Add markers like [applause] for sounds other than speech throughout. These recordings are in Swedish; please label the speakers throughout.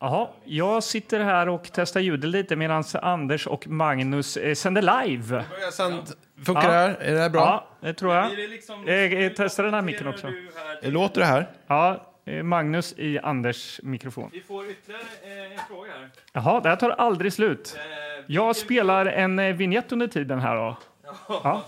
Speaker 1: Jaha, jag sitter här och testar ljudet lite medan Anders och Magnus eh, sänder live.
Speaker 2: Börjar sänd. Funkar det här? Är det här bra?
Speaker 1: Ja, det tror jag.
Speaker 3: Blir det liksom-
Speaker 1: Eh, eh, testa den här micken också.
Speaker 3: Du här-
Speaker 2: Låter det här?
Speaker 1: Ja, eh, Magnus i Anders mikrofon.
Speaker 3: Vi får ytterligare eh, en fråga här.
Speaker 1: Jaha, det här tar aldrig slut.
Speaker 3: Eh,
Speaker 1: Jag spelar en eh, vignett under tiden här då. Ja.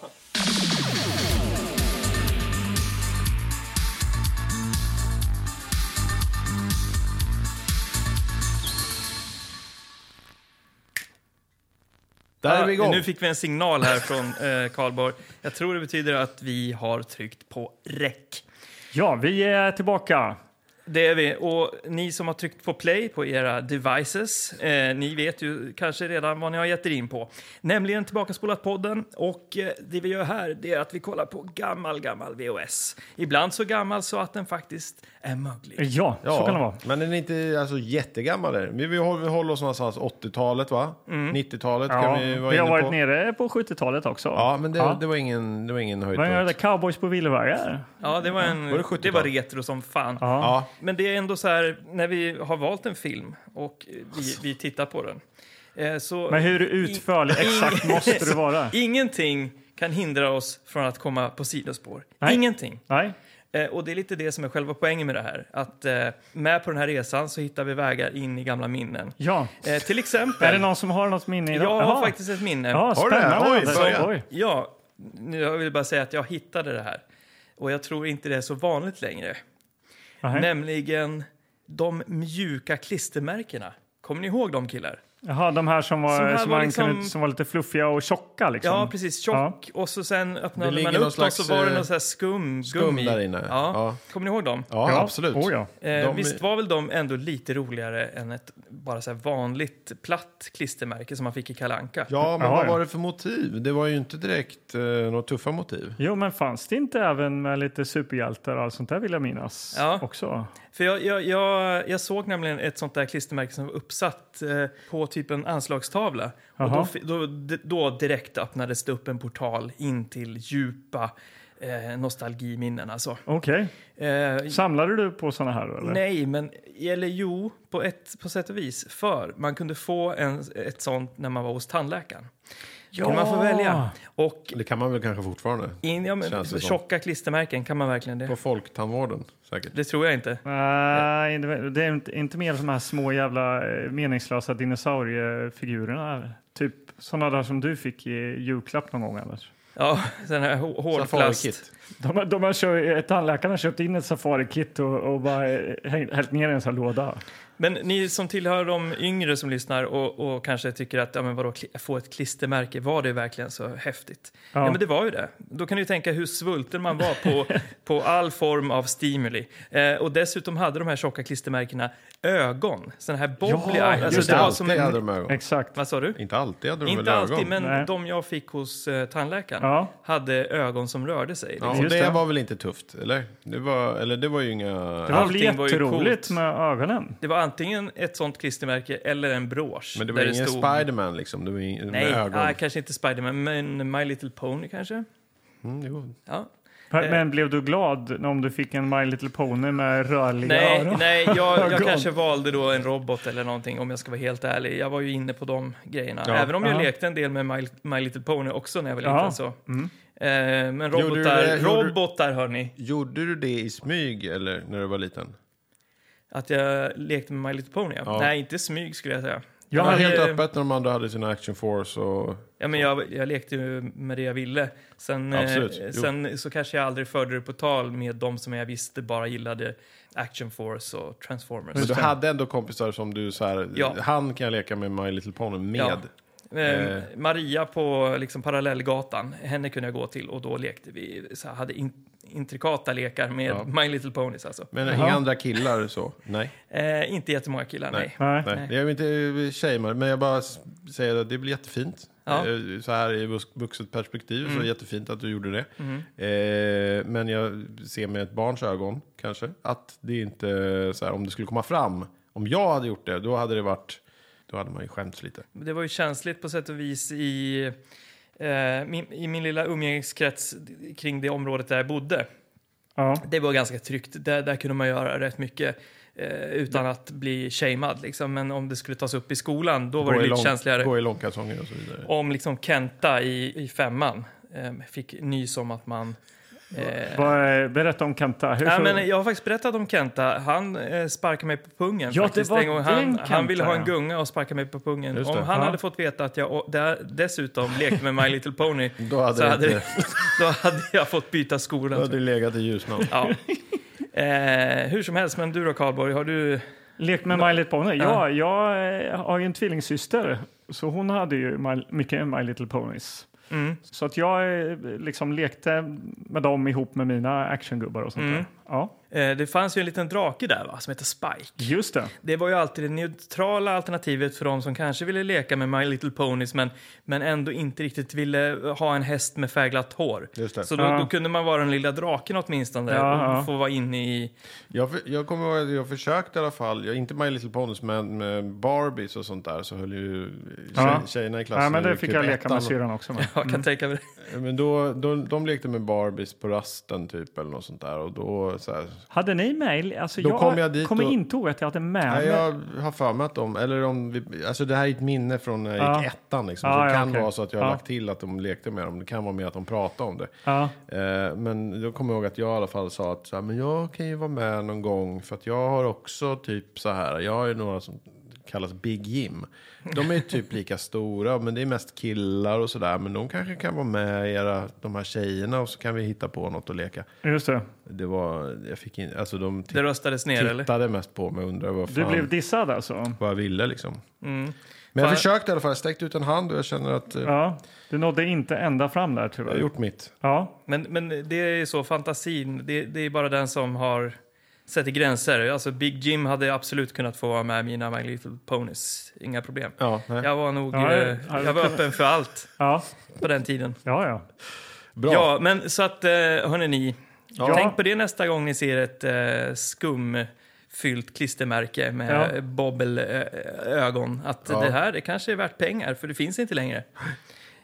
Speaker 2: Där är vi igång.
Speaker 3: Nu fick vi en signal här från eh, Karlborg. Jag tror det betyder att vi har tryckt på räck.
Speaker 1: Ja, vi är tillbaka.
Speaker 3: Det är vi. Och ni som har tryckt på play på era devices, eh, ni vet ju kanske redan vad ni har gett er in på. Nämligen Tillbakaspolat podden. Och eh, det vi gör här det är att vi kollar på gammal, gammal VHS. Ibland så gammal så att den faktiskt är möglig.
Speaker 1: Ja, så kan det vara.
Speaker 2: Men den är inte alltså, jättegammal. Där. Vi, vi, håller, vi håller oss någonstans 80-talet, va? 90-talet
Speaker 1: Mm. Ja,
Speaker 2: kan vi vara
Speaker 1: vi
Speaker 2: inne
Speaker 1: har
Speaker 2: på.
Speaker 1: varit nere på 70-talet också.
Speaker 2: Ja, men det,
Speaker 1: Ja.
Speaker 2: det var ingen, det var ingen
Speaker 1: Vad gör
Speaker 2: höjdpunkt.
Speaker 1: det? Cowboys på villovägar?
Speaker 3: Ja, det var, en,
Speaker 2: Var det
Speaker 3: det
Speaker 2: 70-tal?
Speaker 3: var retro som fan.
Speaker 2: Ja,
Speaker 3: Men det är ändå så här, när vi har valt en film och eh, vi, vi tittar på den. eh, Så
Speaker 1: Alltså. Men hur utförlig exakt måste du vara?
Speaker 3: [laughs] ingenting kan hindra oss från att komma på sidospår.
Speaker 1: Nej.
Speaker 3: Ingenting.
Speaker 1: Nej,
Speaker 3: Eh, Och det är lite det som är själva poängen med det här. Att eh, med på den här resan så hittar vi vägar in i gamla minnen.
Speaker 1: ja.
Speaker 3: Eh, till
Speaker 1: Är det
Speaker 3: exempel,
Speaker 1: någon som har något minne idag?
Speaker 3: jag
Speaker 1: Jaha.
Speaker 3: har faktiskt ett minne.
Speaker 1: Ja,
Speaker 2: Har du det?
Speaker 1: spännande.
Speaker 2: Oj,
Speaker 1: Anders.
Speaker 2: börja.
Speaker 1: Oj.
Speaker 3: Ja, nu- jag vill bara säga att jag hittade det här. Och jag tror inte det är så vanligt längre.
Speaker 1: Nähä.
Speaker 3: Nämligen de mjuka klistermärkena. Kommer ni ihåg de killar?
Speaker 1: Jaha, de här som var,
Speaker 3: Som
Speaker 1: som
Speaker 3: här var
Speaker 1: man
Speaker 3: liksom-
Speaker 1: kunde, som var lite fluffiga och tjocka liksom.
Speaker 3: Ja, precis. Tjock. Och så sen
Speaker 2: Det
Speaker 3: öppnade
Speaker 2: ligger
Speaker 3: man
Speaker 2: någon
Speaker 3: upp dem
Speaker 2: slags,
Speaker 3: så var det
Speaker 2: eh,
Speaker 3: någon sån här skum,
Speaker 2: skum
Speaker 3: gummi.
Speaker 2: där inne.
Speaker 3: Ja.
Speaker 2: Ja.
Speaker 3: Kommer ni ihåg dem?
Speaker 2: ja, absolut.
Speaker 1: Oh, ja.
Speaker 3: Eh,
Speaker 2: De-
Speaker 3: Visst var väl de ändå lite roligare än ett bara så här vanligt platt klistermärke som man fick i Kalanka?
Speaker 2: Ja, men
Speaker 1: Jaha,
Speaker 2: vad
Speaker 1: ja.
Speaker 2: var det för motiv? Det var ju inte direkt eh, några tuffa motiv.
Speaker 1: Jo, men fanns det inte även med lite superhjältar och allt sånt där vill jag minnas
Speaker 3: Ja.
Speaker 1: också?
Speaker 3: För jag, jag, jag, jag såg nämligen ett sånt där klistermärke som var uppsatt eh, på typ en anslagstavla. Och
Speaker 1: Jaha.
Speaker 3: då, fi- då, d- då direkt öppnades det upp en portal in till djupa eh, nostalgiminnen. Alltså.
Speaker 1: Okej.
Speaker 3: Eh,
Speaker 1: Samlade du på såna här eller?
Speaker 3: nej, men eller jo, på, ett, på sätt och vis. För man kunde få en, ett sånt när man var hos tandläkaren. Ja. Kunde man få välja. Och
Speaker 2: Det kan man väl kanske fortfarande?
Speaker 3: in, ja, men,
Speaker 2: Känns det som.
Speaker 3: tjocka klistermärken, kan man verkligen
Speaker 2: På
Speaker 3: det?
Speaker 2: Folktandvården, säkert.
Speaker 3: Det tror jag inte.
Speaker 1: Nej, det det är inte- inte mer de här små jävla eh, meningslösa dinosauriefigurerna. Typ sådana där som du fick i julklapp någon gång annars.
Speaker 3: Ja, den här hå- hårdplast.
Speaker 2: Safari-kit.
Speaker 1: De, de har kö- tandläkarna har köpt in ett safarikit och, och bara eh, häng- hällt ner i en sån här låda.
Speaker 3: Men ni som tillhör de yngre som lyssnar och, och kanske tycker att ja, men vadå, kli- få ett klistermärke, var det verkligen så häftigt? Ja. men det var ju det. Då kan ni ju tänka hur svulten man var på, på all form av stimuli. Eh, och dessutom hade de här tjocka klistermärkena ögon, sådana här bobbly
Speaker 1: Ja,
Speaker 3: eye. Alltså,
Speaker 2: Just
Speaker 3: det
Speaker 2: det,
Speaker 3: var
Speaker 2: alltid
Speaker 3: som
Speaker 2: hade
Speaker 3: en,
Speaker 2: de ögon.
Speaker 1: Exakt.
Speaker 3: vad sa du?
Speaker 2: Inte alltid hade de väl
Speaker 3: Inte
Speaker 2: ögon?
Speaker 3: alltid, men
Speaker 1: Nej.
Speaker 3: de jag fick hos eh, tandläkaren
Speaker 1: Ja.
Speaker 3: hade ögon som rörde sig.
Speaker 2: Ja, och
Speaker 1: Just
Speaker 2: det,
Speaker 1: det.
Speaker 2: var väl inte tufft, eller? Det var, eller det var ju inga...
Speaker 1: Det var väl
Speaker 3: Allting var ju
Speaker 1: jätteroligt
Speaker 3: coolt.
Speaker 1: med ögonen.
Speaker 3: Det var antingen ett sånt klistermärke eller en brosch.
Speaker 2: men det var
Speaker 3: där
Speaker 2: ingen
Speaker 3: stod-
Speaker 2: Spiderman liksom, det var ingen,
Speaker 3: Nej,
Speaker 2: med ögon.
Speaker 3: ah, kanske inte Spiderman, men My Little Pony kanske?
Speaker 2: Mm, jo.
Speaker 3: Ja. Eh.
Speaker 1: Men men blev du glad om du fick en My Little Pony med rörliga
Speaker 3: Nej,
Speaker 1: öron?
Speaker 3: nej
Speaker 2: [laughs]
Speaker 3: jag, jag
Speaker 1: Ögon.
Speaker 3: kanske valde då en robot eller någonting om jag ska vara helt ärlig. Jag var ju inne på de grejerna.
Speaker 2: Ja.
Speaker 3: Även om jag
Speaker 1: Ja.
Speaker 3: lekte en del med My, My Little Pony också när jag var
Speaker 1: Ja.
Speaker 3: liten. Så.
Speaker 1: Mm.
Speaker 3: Eh, men
Speaker 2: Gjorde du
Speaker 3: robotar,
Speaker 2: det- gjorde du-
Speaker 3: robotar hörni.
Speaker 2: Gjorde du det i smyg, eller, när du var liten?
Speaker 3: Att jag lekte med My Little Pony? Ja.
Speaker 2: Ja.
Speaker 3: Nej, inte smyg skulle jag säga.
Speaker 1: Jag
Speaker 2: Det var
Speaker 1: hade-
Speaker 2: helt öppet när de andra hade sina Action Force och...
Speaker 3: Ja, men jag, jag lekte ju med det jag ville. Sen,
Speaker 2: Absolut,
Speaker 3: eh,
Speaker 2: jo.
Speaker 3: sen så kanske jag aldrig förde det på tal med de som jag visste bara gillade Action Force och Transformers.
Speaker 2: Men du hade ändå kompisar som du så här,
Speaker 3: Ja.
Speaker 2: han kan jag leka med My Little Pony med.
Speaker 3: Ja. Eh,
Speaker 2: Eh.
Speaker 3: Maria på liksom, parallellgatan, henne kunde jag gå till och då lekte vi, så här, hade in, intrikata lekar med
Speaker 2: Ja.
Speaker 3: My Little Ponies alltså.
Speaker 2: Men
Speaker 1: Jaha.
Speaker 2: inga andra killar så? Nej.
Speaker 3: Eh, inte jättemånga killar, nej.
Speaker 1: Nej.
Speaker 2: Nej. Jag är inte tjejmar, men jag bara s- säger att det blir jättefint.
Speaker 3: Ja. Mm.
Speaker 2: Eh, Så här i vux- vuxet perspektiv så är det jättefint att du gjorde det. Eh, men jag ser med ett barns ögon kanske att det inte så här om det skulle komma fram. Om jag hade gjort det, då hade det varit då hade man ju skämts lite.
Speaker 3: Det var ju känsligt på sätt och vis i, eh, min, i min lilla umgängeskrets kring det området där jag bodde.
Speaker 1: Ja.
Speaker 3: Det var ganska tryggt. Där, där kunde man göra rätt mycket. eh, utan att bli shamed. Liksom. Men om det skulle tas upp i skolan, då
Speaker 2: Gå
Speaker 3: var det
Speaker 2: i
Speaker 3: lite
Speaker 2: lång-
Speaker 3: känsligare.
Speaker 2: Gå i långkalsonger och så vidare.
Speaker 3: Om liksom Kenta i, i femman eh, fick nys om att man... eh,
Speaker 1: Vad, eh, berätta om Kanta. Hur
Speaker 3: Nej,
Speaker 1: så-
Speaker 3: men jag har faktiskt berättat om Kenta. Han eh, sparkade mig på pungen.
Speaker 1: Ja, det
Speaker 3: faktiskt.
Speaker 1: var
Speaker 3: en gång.
Speaker 1: den
Speaker 3: Han,
Speaker 1: Kenta,
Speaker 3: han ville ha en
Speaker 1: ja.
Speaker 3: gunga och sparka mig på pungen.
Speaker 2: Just
Speaker 3: Om
Speaker 2: det.
Speaker 3: han
Speaker 1: Ja.
Speaker 3: hade fått veta att jag och där, dessutom lekte med My Little Pony
Speaker 2: Då hade
Speaker 3: så
Speaker 2: det
Speaker 3: hade,
Speaker 2: inte-
Speaker 3: då hade jag fått byta skor.
Speaker 2: Då hade det legat i
Speaker 3: [laughs]
Speaker 2: Ljusnan.
Speaker 3: Ja. Eh, hur som helst, men du då Karlborg, har du...
Speaker 1: Lek med My Little Pony. Ja, jag eh, har ju en tvillingsyster, så hon hade ju My, mycket My Little Ponies.
Speaker 3: Mm.
Speaker 1: Så att jag eh, liksom lekte med dem ihop med mina actiongubbar och sånt
Speaker 3: Mm.
Speaker 1: där. Ja,
Speaker 3: Eh, det fanns ju en liten drake där va, som heter Spike.
Speaker 1: just det.
Speaker 3: Det var ju alltid det neutrala alternativet för de som kanske ville leka med My Little Ponies men, men ändå inte riktigt ville ha en häst med färglat hår.
Speaker 2: Just det.
Speaker 3: Så då,
Speaker 1: Ja.
Speaker 3: då kunde man vara den lilla draken åtminstone
Speaker 1: Ja,
Speaker 3: och
Speaker 1: ja.
Speaker 3: få vara inne i...
Speaker 2: Jag, för- jag kommer ihåg att jag försökte i alla fall, jag, inte My Little Ponies, men med Barbies och sånt där så höll ju tjej,
Speaker 1: Ja.
Speaker 2: tjejerna i klassen
Speaker 1: Ja, men det
Speaker 2: i
Speaker 1: fick
Speaker 2: typ
Speaker 1: jag leka
Speaker 2: ettan.
Speaker 1: med syrran
Speaker 2: [laughs]
Speaker 1: också. Med.
Speaker 3: Jag kan
Speaker 2: Mm.
Speaker 3: tänka
Speaker 2: Typ.
Speaker 3: mig det.
Speaker 2: Men då, då, de lekte med Barbies på rasten typ eller något sånt där och då så här,
Speaker 1: Hade ni med? Alltså,
Speaker 2: Då
Speaker 1: jag,
Speaker 2: kom jag dit
Speaker 1: kommer
Speaker 2: och-
Speaker 1: inte ihåg att jag hade med
Speaker 2: Nej,
Speaker 1: mig.
Speaker 2: jag har för mig att de, eller om vi, alltså det här är ett minne från när jag
Speaker 1: Ja.
Speaker 2: gick ettan liksom.
Speaker 1: Ja,
Speaker 2: så det
Speaker 1: ja,
Speaker 2: kan
Speaker 1: okej.
Speaker 2: vara så att jag har
Speaker 1: Ja.
Speaker 2: lagt till att de lekte med dem. Det kan vara med att de pratade om det.
Speaker 1: Ja.
Speaker 2: Eh, men jag kommer ihåg att jag i alla fall sa att så här, men jag kan ju vara med någon gång för att jag har också typ så här. Jag har ju några som kallas Big Jim. De är
Speaker 1: [laughs]
Speaker 2: ju typ lika stora men det är mest killar och sådär. Men de kanske kan vara med i era, de här tjejerna och så kan vi hitta på något att leka.
Speaker 1: Just det.
Speaker 2: Det var, jag fick in, alltså de
Speaker 3: Det
Speaker 2: titt-
Speaker 3: röstades ner eller?
Speaker 2: tittade mest på mig och undrade vad
Speaker 1: Du
Speaker 2: fan
Speaker 1: blev dissad alltså?
Speaker 2: vad jag ville liksom.
Speaker 3: Mm.
Speaker 2: Men jag
Speaker 3: Fan.
Speaker 2: försökte i alla fall, jag sträckte ut en hand och jag känner att eh,
Speaker 1: Ja. Du nådde inte ända fram där
Speaker 2: jag
Speaker 1: tyvärr.
Speaker 2: har gjort mitt.
Speaker 1: Ja.
Speaker 3: Men, men det är så, fantasin, det, det är bara den som har sätter gränser. Alltså Big Jim hade absolut kunnat få vara med i mina My Little Ponies, inga problem.
Speaker 2: Ja, nej.
Speaker 3: Jag var nog
Speaker 1: Ja,
Speaker 3: eh,
Speaker 1: ja,
Speaker 3: jag var öppen för allt
Speaker 1: Ja,
Speaker 3: på den tiden.
Speaker 1: ja, ja.
Speaker 2: Bra.
Speaker 3: Ja, men så att eh, hörni ni,
Speaker 1: Ja.
Speaker 3: tänk på det nästa gång ni ser ett eh, skumfyllt klistermärke med
Speaker 1: Ja.
Speaker 3: bobbelögon. Att
Speaker 2: Ja.
Speaker 3: det här det kanske är värt pengar, för det finns inte längre.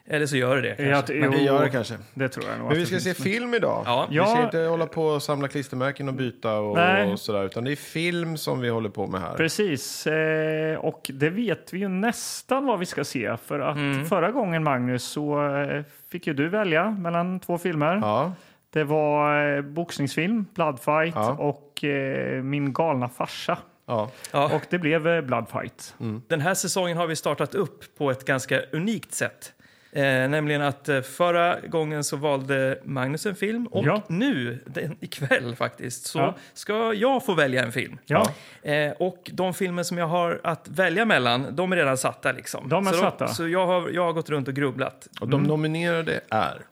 Speaker 3: Eller så gör det det.
Speaker 1: Jag,
Speaker 3: kanske.
Speaker 1: jo,
Speaker 2: Det gör det kanske.
Speaker 1: det tror jag nog.
Speaker 2: Men vi
Speaker 1: att
Speaker 2: ska
Speaker 1: det
Speaker 2: se
Speaker 1: finns.
Speaker 2: film idag.
Speaker 3: Ja.
Speaker 2: Vi ska
Speaker 1: Ja.
Speaker 2: inte hålla på och samla klistermärken och byta och,
Speaker 1: Nej.
Speaker 2: och sådär. Utan det är film som vi håller på med här.
Speaker 1: Precis, eh, och det vet vi ju nästan vad vi ska se. För att
Speaker 2: Mm.
Speaker 1: förra gången, Magnus, så eh, fick ju du välja mellan två filmer.
Speaker 2: Ja,
Speaker 1: Det var eh, boxningsfilm, Bloodfight,
Speaker 2: Ja.
Speaker 1: och eh, Min galna farsa.
Speaker 2: ja.
Speaker 3: Ja,
Speaker 1: Och det blev eh, Bloodfight.
Speaker 2: Mm.
Speaker 3: den här säsongen har vi startat upp på ett ganska unikt sätt. Eh, nämligen att eh, förra gången så valde Magnus en film och
Speaker 1: Ja.
Speaker 3: nu, den, ikväll faktiskt, så
Speaker 1: Ja.
Speaker 3: ska jag få välja en film.
Speaker 1: Ja,
Speaker 3: Eh, och de filmer som jag har att välja mellan, de är redan satta. Liksom.
Speaker 1: De är
Speaker 3: så
Speaker 1: satta.
Speaker 3: så jag, har, jag har gått runt och grubblat.
Speaker 2: Och de nominerade är...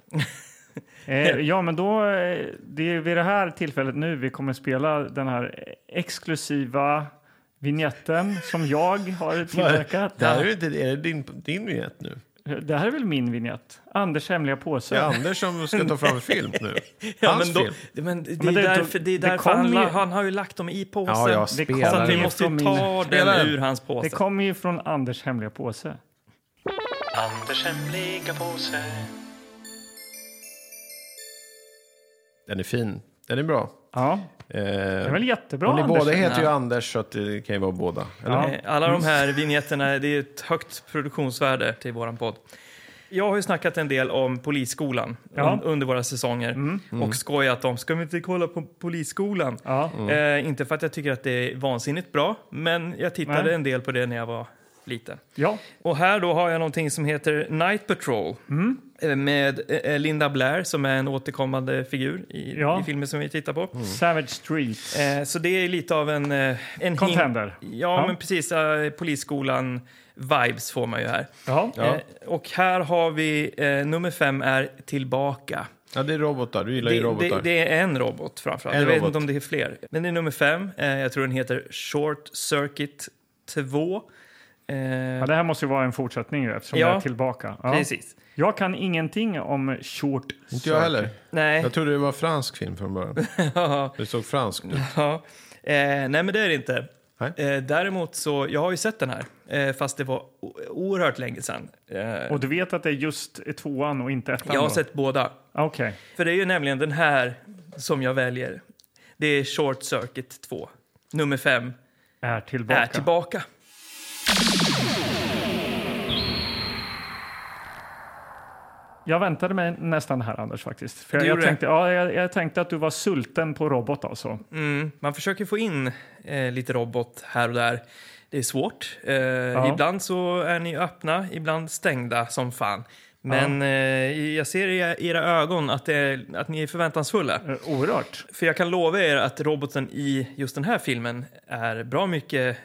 Speaker 1: eh, ja men då, eh, det är vid det här tillfället nu vi kommer spela den här exklusiva vignetten som jag
Speaker 2: [laughs]
Speaker 1: har tillverkat.
Speaker 2: Det här är, inte, är det din, din vignett nu?
Speaker 1: Det här är väl min vignett? Anders hemliga påse.
Speaker 2: Det är Anders som ska ta fram film nu. Hans
Speaker 3: men, då,
Speaker 2: film.
Speaker 3: men det är
Speaker 1: Men det-
Speaker 3: därför, det är
Speaker 1: det
Speaker 3: därför
Speaker 1: kom
Speaker 3: han,
Speaker 1: ju-
Speaker 3: la- han har ju lagt dem i påsen.
Speaker 2: Ja, jag
Speaker 1: det kom-
Speaker 2: spelar
Speaker 3: så att vi
Speaker 1: den.
Speaker 2: in.
Speaker 3: måste ju
Speaker 1: Från
Speaker 3: ta
Speaker 1: min-
Speaker 3: den
Speaker 2: Spela den.
Speaker 3: ur hans påse.
Speaker 1: Det kommer ju från Anders hemliga påse.
Speaker 4: Anders hemliga påse.
Speaker 2: Den är fin. Den är bra.
Speaker 1: Ja,
Speaker 2: Eh,
Speaker 1: det är väl jättebra
Speaker 2: och ni
Speaker 1: Anders.
Speaker 2: båda heter ju
Speaker 3: Ja.
Speaker 2: Anders så att det kan ju vara båda. Eller?
Speaker 1: Ja.
Speaker 3: Eh, Alla de här vignetterna, det är ett högt produktionsvärde till våran podd. Jag har ju snackat en del om Polisskolan
Speaker 1: Ja. Mm.
Speaker 3: un- under våra säsonger och skojat om, ska vi inte kolla på Polisskolan?
Speaker 1: Ja.
Speaker 3: Eh, inte för att jag tycker att det är vansinnigt bra, men jag tittade
Speaker 1: Nej.
Speaker 3: en del på det när jag var liten.
Speaker 1: ja,
Speaker 3: Och här då har jag någonting som heter Night Patrol
Speaker 1: Mm.
Speaker 3: eh, med eh, Linda Blair som är en återkommande figur i,
Speaker 1: Ja.
Speaker 3: i filmen som vi tittar på.
Speaker 1: Savage Streets.
Speaker 3: Eh, så det är lite av en... eh, en
Speaker 1: Contender.
Speaker 3: Hint. Ja,
Speaker 1: Ja.
Speaker 3: men precis. Eh, Polisskolan-vibes får man ju här.
Speaker 1: ja.
Speaker 2: Ja.
Speaker 3: Eh, och här har vi eh, nummer fem är Tillbaka.
Speaker 2: Ja, det är robotar. Du gillar
Speaker 3: Det,
Speaker 2: ju robotar.
Speaker 3: det, det är en robot framförallt.
Speaker 2: En
Speaker 3: jag vet
Speaker 2: robot.
Speaker 3: inte om det är fler. Men det är nummer fem. Eh, jag tror den heter Short Circuit 2. Eh,
Speaker 1: ja, det här måste ju vara en fortsättning ju, eftersom
Speaker 3: Ja.
Speaker 1: jag är tillbaka. Ja.
Speaker 3: Precis.
Speaker 1: Jag kan ingenting om short
Speaker 2: Inte jag heller.
Speaker 3: Nej.
Speaker 2: Jag trodde det var fransk film från början.
Speaker 3: [laughs]
Speaker 2: Det såg franskt ut.
Speaker 3: Ja. Eh, nej, men det är det inte.
Speaker 2: Nej.
Speaker 3: Eh, däremot så, jag har ju sett den här, eh, fast det var o- oerhört länge sedan. Eh,
Speaker 1: Och du vet att det är just tvåan och inte ettan?
Speaker 3: jag har
Speaker 1: då?
Speaker 3: sett båda.
Speaker 1: Okej.
Speaker 3: För det är ju nämligen den här som jag väljer. Det är Short Circuit 2. nummer fem,
Speaker 1: Är tillbaka.
Speaker 3: är tillbaka.
Speaker 1: Jag väntade mig nästan det här, Anders. faktiskt. För
Speaker 3: Du
Speaker 1: jag, jag,
Speaker 3: gjorde det?
Speaker 1: tänkte, ja, jag, jag tänkte att du var sulten på robot. alltså.
Speaker 3: Mm, man försöker få in eh, lite robot här och där. Det är svårt. Eh, Ibland så är ni öppna, ibland stängda som fan. Men eh, jag ser i era ögon att, det är, att ni är förväntansfulla.
Speaker 1: Eh, Oerhört.
Speaker 3: För jag kan lova er att roboten i just den här filmen är bra mycket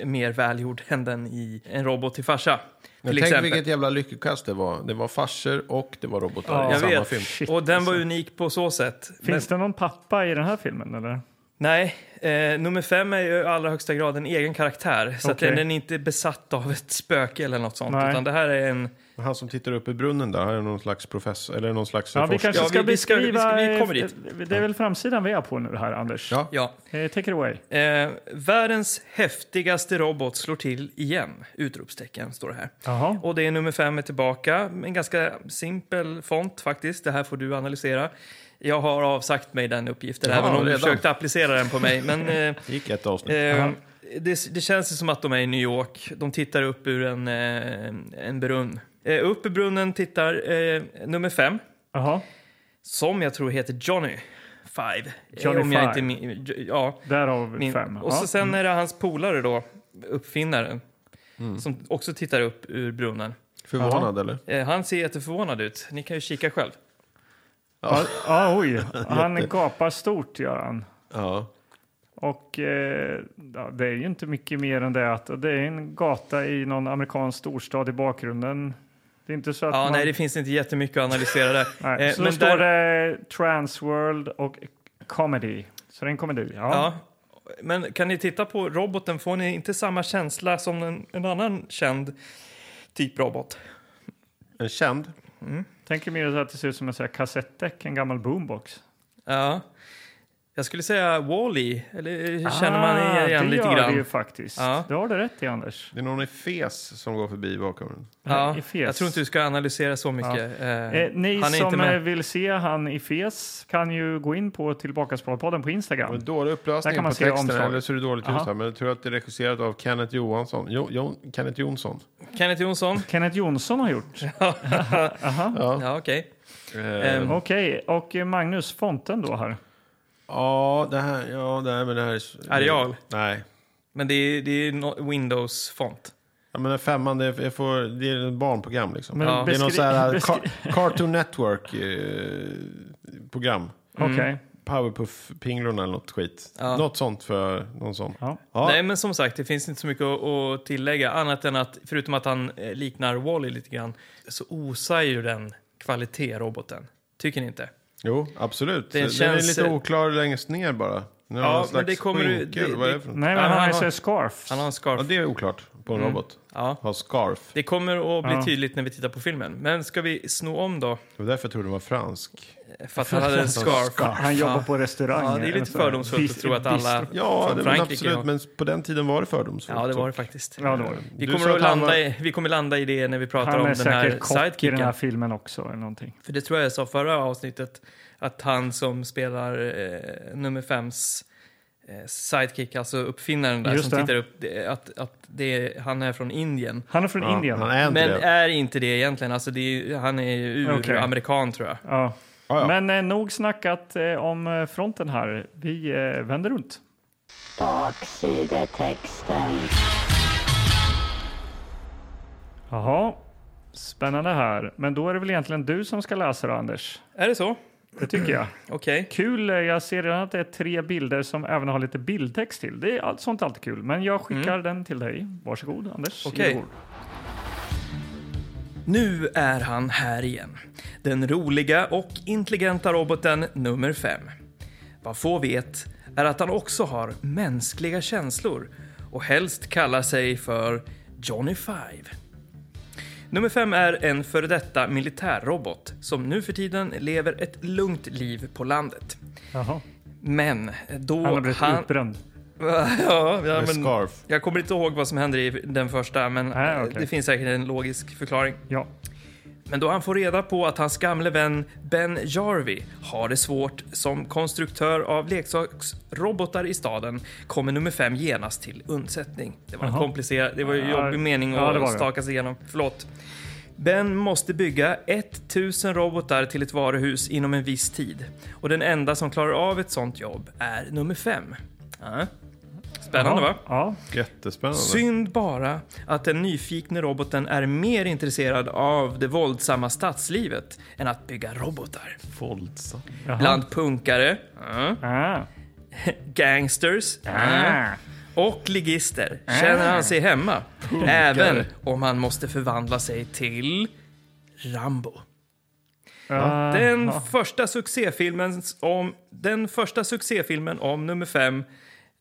Speaker 3: eh, mer välgjord än den i En robot till farsa.
Speaker 2: Men
Speaker 3: Till
Speaker 2: tänk
Speaker 3: exempel.
Speaker 2: vilket jävla lyckokast det var. Det var farser och det var robotar i
Speaker 3: jag
Speaker 2: samma
Speaker 3: vet.
Speaker 2: film.
Speaker 1: Shit,
Speaker 3: och den var
Speaker 1: alltså.
Speaker 3: unik på så sätt. Men,
Speaker 1: Finns det någon pappa i den här filmen? eller?
Speaker 3: nej, eh, nummer fem är ju i allra högsta grad en egen karaktär. Så att
Speaker 1: Okej.
Speaker 3: den, den är inte besatt av ett spöke eller något sånt.
Speaker 1: Nej.
Speaker 3: Utan det här är en...
Speaker 2: Han som tittar upp i brunnen där, han är någon slags professor, eller någon slags
Speaker 1: Ja, vi
Speaker 2: forskare.
Speaker 1: kanske
Speaker 3: Ja,
Speaker 1: ska
Speaker 3: vi- vi ska- vi
Speaker 1: beskriva...
Speaker 3: ska- vi kommer dit.
Speaker 1: eh, Det är väl framsidan vi är på nu, här, Anders?
Speaker 2: Ja.
Speaker 3: Ja.
Speaker 1: Eh, Take it away.
Speaker 3: Eh, världens häftigaste robot slår till igen! Utropstecken står det här.
Speaker 1: Jaha.
Speaker 3: Och det är nummer fem är tillbaka. En ganska simpel font faktiskt. Det här får du analysera. Jag har avsagt mig den uppgiften,
Speaker 2: Jaha,
Speaker 3: även om du
Speaker 2: redan.
Speaker 3: försökte applicera den på
Speaker 1: [laughs]
Speaker 3: mig. Men eh,
Speaker 2: Det gick ett avsnitt.
Speaker 3: eh, det, det känns ju som att de är i New York. De tittar upp ur en, eh, en brunn. Eh, upp i brunnen tittar eh, nummer fem,
Speaker 1: Jaha.
Speaker 3: som jag tror heter Johnny Five. Eh,
Speaker 1: Johnny
Speaker 3: om jag
Speaker 1: Five.
Speaker 3: inte min, ja,
Speaker 1: Därav
Speaker 3: min,
Speaker 1: fem.
Speaker 3: Och
Speaker 1: Ja. Mm.
Speaker 3: så sen är det hans polare då, uppfinnaren, som också tittar upp ur brunnen.
Speaker 2: Förvånad eller?
Speaker 3: Eh, Han ser jätteförvånad ut. Ni kan ju kika själv.
Speaker 1: Ja, ja, oj. Han gapar stort, gör han.
Speaker 2: Ja.
Speaker 1: Och eh, ja, det är ju inte mycket mer än det att det är en gata i någon amerikansk storstad i bakgrunden. Det är inte så att
Speaker 3: Ja,
Speaker 1: man...
Speaker 3: nej, det finns inte jättemycket att analysera där.
Speaker 1: nej.
Speaker 3: Eh,
Speaker 1: Så då står det Transworld och comedy. Så det är en komedi. Ja.
Speaker 3: Ja. Men kan ni titta på roboten? Får ni inte samma känsla som en, en annan känd typ robot?
Speaker 2: En känd?
Speaker 1: Tänker mer så att det ser ut som en sån här kassettdäck, en gammal boombox.
Speaker 3: Ja. Jag skulle säga Wall-E. Eller eh, känner man igen
Speaker 1: Ah, det
Speaker 3: lite
Speaker 1: gör det
Speaker 3: grann?
Speaker 1: ju faktiskt.
Speaker 3: Ja.
Speaker 1: Det har du rätt i, Anders.
Speaker 2: Det är någon i fes som går förbi bakom den.
Speaker 3: Ja,
Speaker 1: I fes.
Speaker 3: jag tror inte du ska analysera så mycket. Eh,
Speaker 1: Eh, ni
Speaker 3: han är inte
Speaker 1: som
Speaker 3: med.
Speaker 1: eh, vill se han i fes kan ju gå in på Tillbakaspelpodden på Instagram.
Speaker 2: Men dålig
Speaker 1: Där kan
Speaker 2: upplösning
Speaker 1: man
Speaker 2: på
Speaker 1: se
Speaker 2: texten,
Speaker 1: omslaget.
Speaker 2: eller så är det dåligt
Speaker 1: Aha.
Speaker 2: ljus här. Men jag tror att det är regisserat av Kenneth Johansson. Jo, jo, Kenneth Jonsson.
Speaker 3: Kenneth Jonsson?
Speaker 1: Kenneth Jonsson har gjort.
Speaker 3: Ja, okej.
Speaker 2: Eh,
Speaker 3: Ehm,
Speaker 1: Okej, och eh, Magnus, fonten då här.
Speaker 2: ja, det här, ja, det här, men det här är...
Speaker 3: Areal.
Speaker 2: Nej.
Speaker 3: Men det är, det är no- Windows-font.
Speaker 2: Ja, men den femman, det är, jag får, det är ett barnprogram liksom.
Speaker 1: Men
Speaker 3: Ja,
Speaker 2: det är någon
Speaker 1: beskri-
Speaker 2: sån här
Speaker 1: beskri-
Speaker 2: Car- Cartoon Network-program.
Speaker 3: Mm.
Speaker 1: Okej.
Speaker 2: Powerpuff-pinglorna eller något skit.
Speaker 3: Ja.
Speaker 2: Något sånt för någon sån.
Speaker 3: Mm.
Speaker 1: Ja.
Speaker 2: Ja.
Speaker 3: Nej, men som sagt, det finns inte så mycket att, att tillägga. Annat än att, förutom att han eh, liknar Wally lite grann, så osar ju den kvalitet, roboten. Tycker ni inte?
Speaker 2: Jo, absolut.
Speaker 3: Det
Speaker 2: Den,
Speaker 3: känns-
Speaker 2: är lite oklar längst ner bara. Den
Speaker 3: Ja,
Speaker 2: har någon
Speaker 3: men
Speaker 2: slags
Speaker 3: det kommer ju-
Speaker 2: skynkel.
Speaker 3: det-
Speaker 2: Vad är det
Speaker 3: det-
Speaker 2: för något?
Speaker 1: Nej, men
Speaker 3: Ja,
Speaker 1: han
Speaker 3: han
Speaker 1: har ju
Speaker 3: har-
Speaker 1: så scarf.
Speaker 3: Han har en
Speaker 2: Ja,
Speaker 3: scarf.
Speaker 2: det är oklart på
Speaker 3: Mm.
Speaker 2: en robot.
Speaker 3: Ja.
Speaker 2: Ha scarf.
Speaker 3: Det kommer att bli
Speaker 1: Ja.
Speaker 3: tydligt när vi tittar på filmen. Men ska vi sno om då?
Speaker 2: Det var därför jag trodde den var fransk.
Speaker 3: För att han hade en scarf.
Speaker 1: Han jobbar på restaurang.
Speaker 3: Ja, det är
Speaker 1: eller
Speaker 3: lite
Speaker 1: så här. Alltså,
Speaker 3: fördomsfullt att
Speaker 1: Bist-
Speaker 3: tro att alla
Speaker 1: bistro.
Speaker 2: Ja,
Speaker 3: från
Speaker 2: det, men
Speaker 3: Frankrike...
Speaker 2: absolut.
Speaker 3: har-
Speaker 2: Men på den tiden var det fördomsfullt.
Speaker 3: Ja, det var det faktiskt.
Speaker 1: Ja, det var det.
Speaker 3: Vi
Speaker 2: Du
Speaker 3: kommer,
Speaker 2: sa
Speaker 3: att
Speaker 2: att han
Speaker 3: landa
Speaker 2: var-
Speaker 3: i, vi kommer landa i det när vi pratar
Speaker 1: Han
Speaker 3: om
Speaker 1: är
Speaker 3: den här
Speaker 1: säkert kock i
Speaker 3: sidekicken.
Speaker 1: den här filmen också. Eller någonting.
Speaker 3: För det tror jag jag sa förra avsnittet, att han som spelar eh, nummer fems eh, sidekick, alltså uppfinnaren där
Speaker 1: Just
Speaker 3: som
Speaker 1: det.
Speaker 3: tittar upp, det, att, att det, han är från Indien.
Speaker 1: Han är från
Speaker 2: Ja,
Speaker 1: Indien.
Speaker 2: Han är inte
Speaker 3: Men eh,
Speaker 2: det.
Speaker 3: är inte det egentligen, alltså det är, ju- han är ju
Speaker 1: Okej.
Speaker 3: uramerikan tror jag.
Speaker 1: Ja.
Speaker 2: Ja, ja.
Speaker 1: Men eh, nog snackat eh, om eh, fronten här. Vi eh, vänder runt.
Speaker 5: Baksidetexten.
Speaker 1: Jaha, spännande här. Men då är det väl egentligen du som ska läsa det, Anders?
Speaker 3: Är det så?
Speaker 1: Det tycker jag. [clears throat]
Speaker 3: Okej.
Speaker 1: Kul, eh, jag ser redan att det är tre bilder som även har lite bildtext till. Det är allt sånt är alltid kul. Men jag skickar
Speaker 3: Mm.
Speaker 1: den till dig. Varsågod, Anders.
Speaker 3: Okej.
Speaker 1: Varsågod.
Speaker 3: Nu är han här igen. Den roliga och intelligenta roboten nummer fem. Vad få vet är att han också har mänskliga känslor och helst kallar sig för Johnny Five. Nummer fem är en före detta militärrobot som nu för tiden lever ett lugnt liv på landet.
Speaker 1: Jaha.
Speaker 3: Men då
Speaker 1: Han har blivit utbränd.
Speaker 3: [laughs] ja, ja,
Speaker 2: Med
Speaker 3: men,
Speaker 2: scarf.
Speaker 3: jag kommer inte ihåg vad som händer i den första, men
Speaker 1: Nej,
Speaker 3: eh,
Speaker 1: okej.
Speaker 3: det finns säkert en logisk förklaring.
Speaker 1: Ja.
Speaker 3: Men då han får reda på att hans gamle vän Ben Jarvey har det svårt som konstruktör av leksaksrobotar i staden kommer nummer fem genast till undsättning. Det var en
Speaker 1: Jaha.
Speaker 3: komplicerad, det var ju
Speaker 1: Ja,
Speaker 3: jobbig mening
Speaker 1: ja, det
Speaker 3: att
Speaker 1: var det.
Speaker 3: staka sig igenom. Förlåt. Ben måste bygga 1000 robotar till ett varuhus inom en viss tid. Och den enda som klarar av ett sånt jobb är nummer fem. Ja. Spännande va?
Speaker 1: Ja.
Speaker 2: Jättespännande.
Speaker 3: Synd bara att den nyfikne roboten är mer intresserad av det våldsamma stadslivet än att bygga robotar.
Speaker 2: Våldsam.
Speaker 1: Jaha.
Speaker 3: Bland punkare, ja,
Speaker 1: Ah.
Speaker 3: gangsters ja,
Speaker 1: Ah.
Speaker 3: och ligister känner han sig hemma. Även om han måste förvandla sig till Rambo.
Speaker 1: Ah.
Speaker 3: Den första succéfilmen om, den första succéfilmen om nummer fem,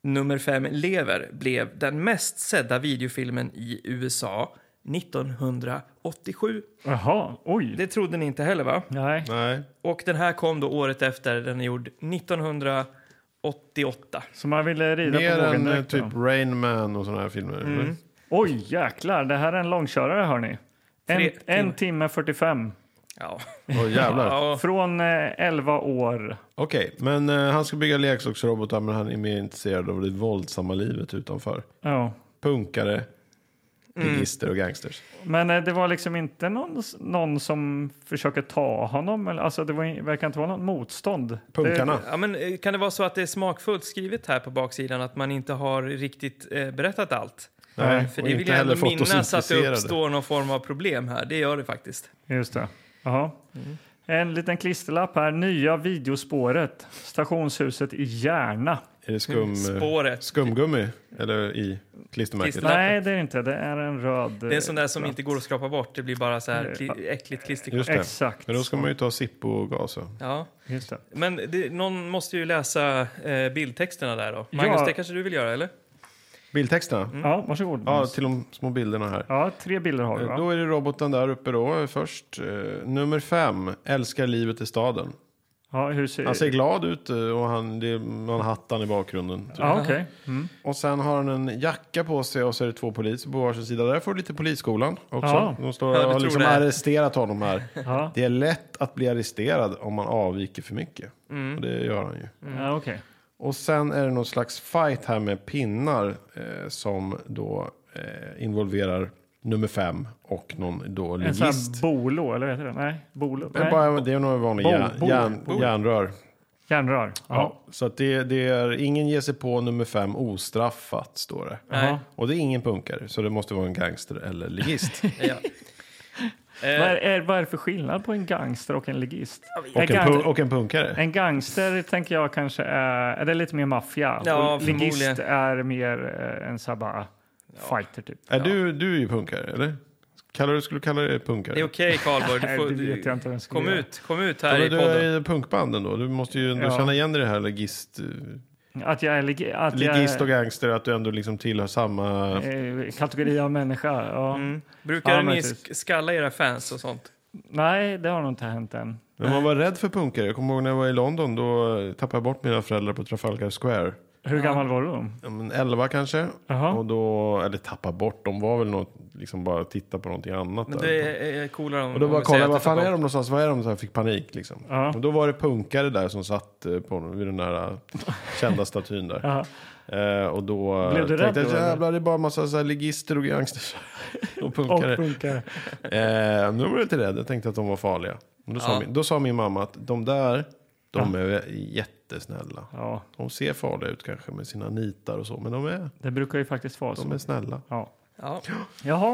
Speaker 3: nummer fem lever, blev den mest sedda videofilmen i USA 1987.
Speaker 1: Jaha, oj.
Speaker 3: Det trodde ni inte heller va?
Speaker 1: Nej.
Speaker 2: Nej.
Speaker 3: Och den här kom då året efter, den är gjord 1988.
Speaker 1: Så man ville rida
Speaker 2: Mer
Speaker 1: på vågen
Speaker 2: än eh,
Speaker 1: direkt?
Speaker 2: typ
Speaker 1: då?
Speaker 2: Rain Man och sådana här filmer. Mm. eller?
Speaker 1: Oj, jäklar. Det här är en långkörare, hörni. En,
Speaker 3: Tre
Speaker 1: en timme 45.
Speaker 3: Ja.
Speaker 2: Åh jävlar.
Speaker 3: [laughs] ja.
Speaker 1: Från eh, 11 år.
Speaker 2: Okej, men eh, han ska bygga leksaksrobotar men han är mer intresserad av det våldsamma livet utanför.
Speaker 1: Ja.
Speaker 2: Punkare, ligister och gangsters.
Speaker 1: Men eh, det var liksom inte någon, någon som försöker ta honom? Eller, alltså det var, in- verkar inte vara något motstånd.
Speaker 2: Punkarna.
Speaker 3: Ja, men eh, kan det vara så att det är smakfullt skrivet här på baksidan att man inte har riktigt eh, berättat allt?
Speaker 2: Nej,
Speaker 3: För
Speaker 2: och
Speaker 3: det vill
Speaker 2: inte
Speaker 3: jag
Speaker 2: heller
Speaker 3: ändå
Speaker 2: fått oss
Speaker 3: minnas att det
Speaker 2: intresserade.
Speaker 3: uppstår någon form av problem här. Det gör det faktiskt.
Speaker 1: Det, just det. Jaha. En liten klisterlapp här. Nya videospåret. Stationshuset i Järna.
Speaker 2: Är det
Speaker 3: [laughs]
Speaker 2: skum, eh,
Speaker 3: Spåret.
Speaker 2: skumgummi? Eller i klistermärket?
Speaker 3: Klistermärket.
Speaker 1: Nej, det är det inte. Det är en röd...
Speaker 3: Det är en sån där som inte går att skrapa bort. Det blir bara så här kli- äckligt
Speaker 2: Just
Speaker 3: klisterklister.
Speaker 2: det.
Speaker 1: Exakt.
Speaker 2: Men då ska man ju ta Zippo-gas. va?
Speaker 3: Ja.
Speaker 1: Just det.
Speaker 3: Men det, någon måste ju läsa eh, bildtexterna där då. Magnus,
Speaker 1: Ja.
Speaker 3: det kanske du vill göra eller?
Speaker 2: Bildtexterna?
Speaker 1: Ja, varsågod.
Speaker 2: Ja, till de små bilderna här.
Speaker 1: Mm.
Speaker 2: Eh,
Speaker 1: Ja, tre bilder har du, va?
Speaker 2: Då är det roboten där uppe då först. Eh, nummer fem, älskar livet i staden.
Speaker 1: Ja, hur ser...
Speaker 2: Han ser glad ut eh, och han, det, man hattan i bakgrunden. typ.
Speaker 1: Ja, okej. Mm.
Speaker 2: Och sen har han en jacka på sig och så är det två poliser på varsin sida. Där får du lite polisskolan också.
Speaker 1: Ja.
Speaker 2: De står
Speaker 3: Ja, du
Speaker 2: och har
Speaker 3: tror
Speaker 2: liksom
Speaker 3: det.
Speaker 2: arresterat honom här.
Speaker 1: Ja,
Speaker 2: Det är lätt att bli arresterad om man avviker för mycket.
Speaker 3: Mm.
Speaker 2: Och det gör han ju.
Speaker 1: ja okej.
Speaker 2: Och sen är det någon slags fight här med pinnar eh, som då eh, involverar nummer fem och någon då
Speaker 1: En sån
Speaker 2: ligist.
Speaker 1: här bolo, eller vad heter det? Nej, bolo.
Speaker 2: Det är,
Speaker 1: Nej.
Speaker 2: bara, det är några vanliga
Speaker 1: Bol,
Speaker 2: järn,
Speaker 1: bol,
Speaker 2: järn,
Speaker 1: bol.
Speaker 2: järnrör.
Speaker 1: Järnrör. Ja.
Speaker 2: Ja. Så att det, det är, ingen ger sig på nummer fem ostraffat, står det.
Speaker 1: Jaha.
Speaker 2: Och det är ingen punkare, så det måste vara en gangster eller
Speaker 3: [laughs]
Speaker 2: ligist.
Speaker 3: Ja.
Speaker 1: Vad,
Speaker 3: Eh,
Speaker 1: är, är, vad är det för skillnad på en gangster och en ligist?
Speaker 2: och, en
Speaker 1: gang-
Speaker 2: pu- och en punkare.
Speaker 1: En gangster tänker jag kanske är, är det lite mer maffia.
Speaker 3: Ja,
Speaker 1: och ligist
Speaker 3: förmodligen.
Speaker 1: är mer eh, en så här bara fighter typ.
Speaker 2: Är du, du är ju punkare, eller? Kallar du, skulle du kalla dig punkare?
Speaker 3: det är okej Karlborg. Du
Speaker 1: Nej,
Speaker 3: får,
Speaker 1: det vet jag inte vad
Speaker 3: du,
Speaker 1: jag ska
Speaker 3: kom,
Speaker 1: göra.
Speaker 3: ut, kom ut
Speaker 2: Ja,
Speaker 3: här i
Speaker 2: men du
Speaker 3: podden.
Speaker 2: är i punkbanden då. Du måste ju ändå
Speaker 1: Ja.
Speaker 2: känna igen dig i det här ligist, eh,
Speaker 1: Att jag är ligi, att
Speaker 2: ligist och
Speaker 1: jag,
Speaker 2: gangster, att du ändå liksom tillhör samma...
Speaker 1: är, eh, kategori av människa. Ja.
Speaker 3: Mm. Brukar
Speaker 1: Ja,
Speaker 3: ni
Speaker 1: men
Speaker 3: sk- skalla era fans och sånt?
Speaker 1: Nej, det har nog inte hänt än.
Speaker 2: Men man
Speaker 3: eh.
Speaker 2: var rädd för punkare. Jag kommer ihåg när jag var i London, då eh, tappade jag bort mina föräldrar på Trafalgar Square.
Speaker 1: Hur gammal var du då?
Speaker 2: Ja, men 11 kanske.
Speaker 1: Jaha.
Speaker 2: Och då, eller tappa bort, de var väl något, liksom bara titta på någonting annat.
Speaker 3: Men
Speaker 2: där.
Speaker 3: det är är coolare om
Speaker 2: Och då
Speaker 3: om
Speaker 2: bara
Speaker 3: vi
Speaker 2: kollade
Speaker 3: säger
Speaker 2: jag,
Speaker 3: att
Speaker 2: vad
Speaker 3: det
Speaker 2: fan
Speaker 3: tar
Speaker 2: är de
Speaker 3: bort.
Speaker 2: någonstans? Var är de någonstans? Jag fick panik liksom.
Speaker 1: Ja.
Speaker 2: Och då var det punkare där som satt eh, på, vid den där eh, kända statyn där.
Speaker 1: Ja.
Speaker 2: Eh, och då eh,
Speaker 1: Blev du
Speaker 2: tänkte
Speaker 1: rädd då,
Speaker 2: jag
Speaker 1: eller?
Speaker 2: jävlar det är bara massa så här ligister och gangsters [laughs] och
Speaker 1: Och
Speaker 2: punkare.
Speaker 1: punkare.
Speaker 2: eh, nu var jag inte rädd, jag tänkte att de var farliga. Men då,
Speaker 3: Ja.
Speaker 2: sa min, då sa min mamma att de där, de är jättesnälla.
Speaker 1: Ja,
Speaker 2: De ser farliga ut kanske med sina nitar och så, men de är,
Speaker 1: det brukar ju faktiskt vara
Speaker 2: de är
Speaker 1: så.
Speaker 2: snälla.
Speaker 1: Ja.
Speaker 3: Ja.
Speaker 1: Jaha,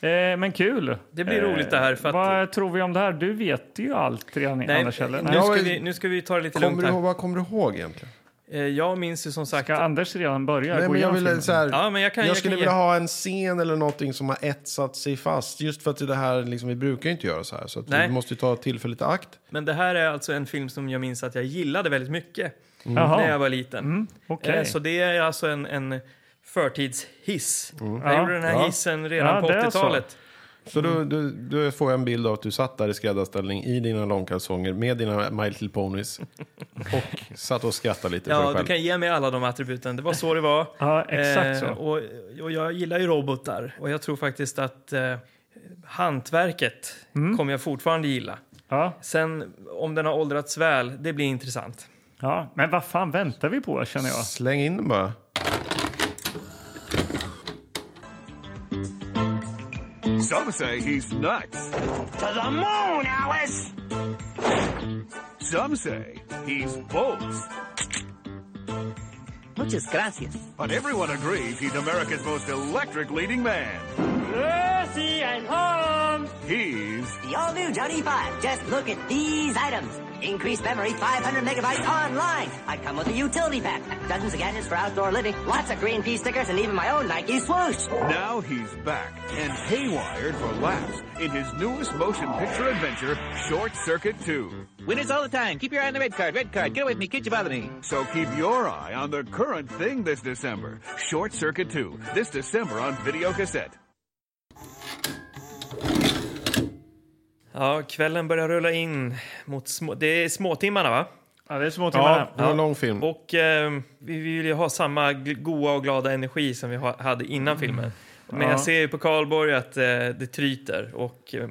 Speaker 1: eh, men kul. Eh,
Speaker 3: Det blir roligt det här för att...
Speaker 1: Vad tror vi om det här? Du vet ju allt redan
Speaker 3: Nej,
Speaker 1: Anders, eller?
Speaker 3: nu,
Speaker 1: Nej.
Speaker 3: ska
Speaker 2: Jag-
Speaker 3: vi, nu ska vi ta det lite
Speaker 2: Kommer
Speaker 3: lugnt
Speaker 2: du,
Speaker 3: här.
Speaker 2: ihåg- vad kommer du ihåg egentligen?
Speaker 3: Eh, Jag minns ju som sagt...
Speaker 1: Ska Anders redan börja?
Speaker 2: Nej,
Speaker 1: Gå
Speaker 2: men jag
Speaker 1: igenom
Speaker 2: ville
Speaker 1: filmen?
Speaker 2: så här,
Speaker 3: Ja, men jag kan,
Speaker 2: jag,
Speaker 3: jag
Speaker 2: skulle
Speaker 3: kan
Speaker 2: vilja
Speaker 3: ge...
Speaker 2: ha en scen eller någonting som har etsat sig fast. Just för att det här, liksom, vi brukar ju inte göra så här. Så att
Speaker 3: Nej.
Speaker 2: vi måste ju ta tillfället i akt.
Speaker 3: Men det här är alltså en film som jag minns att jag gillade väldigt mycket
Speaker 1: Jaha.
Speaker 3: när jag var liten.
Speaker 1: Mm, okej.
Speaker 3: Eh, Så det är alltså en, en förtidshiss. Jag
Speaker 1: Ja.
Speaker 3: gjorde den här
Speaker 2: Ja.
Speaker 3: hissen redan
Speaker 1: Ja,
Speaker 3: på
Speaker 1: det är så.
Speaker 3: 80-talet.
Speaker 2: Så
Speaker 3: Mm.
Speaker 2: då, då, då får jag en bild av att du satt där i skräddarställning i dina långkalsonger med dina My Little
Speaker 3: [laughs]
Speaker 2: Ponies. och satt och skrattade lite för
Speaker 3: Ja,
Speaker 2: dig
Speaker 3: du
Speaker 2: själv.
Speaker 3: kan ge mig alla de attributen. Det var så det var.
Speaker 1: Ja, [laughs] exakt
Speaker 3: Eh,
Speaker 1: så.
Speaker 3: Och, och jag gillar ju robotar. Och jag tror faktiskt att eh, hantverket
Speaker 1: Mm.
Speaker 3: kommer jag fortfarande gilla.
Speaker 1: Ja.
Speaker 3: Sen om den har åldrats väl, det blir intressant.
Speaker 1: ja, men vad fan väntar vi på känner jag?
Speaker 2: Släng in den bara.
Speaker 5: Some say he's nuts. To the moon, Alice! Some say he's both.
Speaker 6: Muchas gracias.
Speaker 5: But everyone agrees he's America's most electric leading man.
Speaker 6: Mercy and harm.
Speaker 5: He's
Speaker 6: The all new Johnny 5. Just look at these items. Increased memory, 500 megabytes online. I come with a utility pack. Dozens of gadgets for outdoor living, lots of green pea stickers, and even my own Nike swoosh.
Speaker 5: now he's back and haywired for laughs in his newest motion picture adventure, Short Circuit 2.
Speaker 7: Winners all the time. Keep your eye on the red card. Red card. Get away from me. Kid, you bother me.
Speaker 5: So keep your eye on the current thing this December, Short Circuit 2, this December on video cassette.
Speaker 3: Ja, kvällen börjar rulla in mot små, det är småtimmarna va?
Speaker 1: Ja, det är
Speaker 2: Ja,
Speaker 1: småtimmarna.
Speaker 2: det var en lång film.
Speaker 3: Och eh, vi vill ju ha samma gl- goa och glada energi som vi ha, hade
Speaker 2: Mm.
Speaker 3: innan filmen. Men
Speaker 1: Ja.
Speaker 3: jag ser ju på Karlborg att eh, det tryter och eh,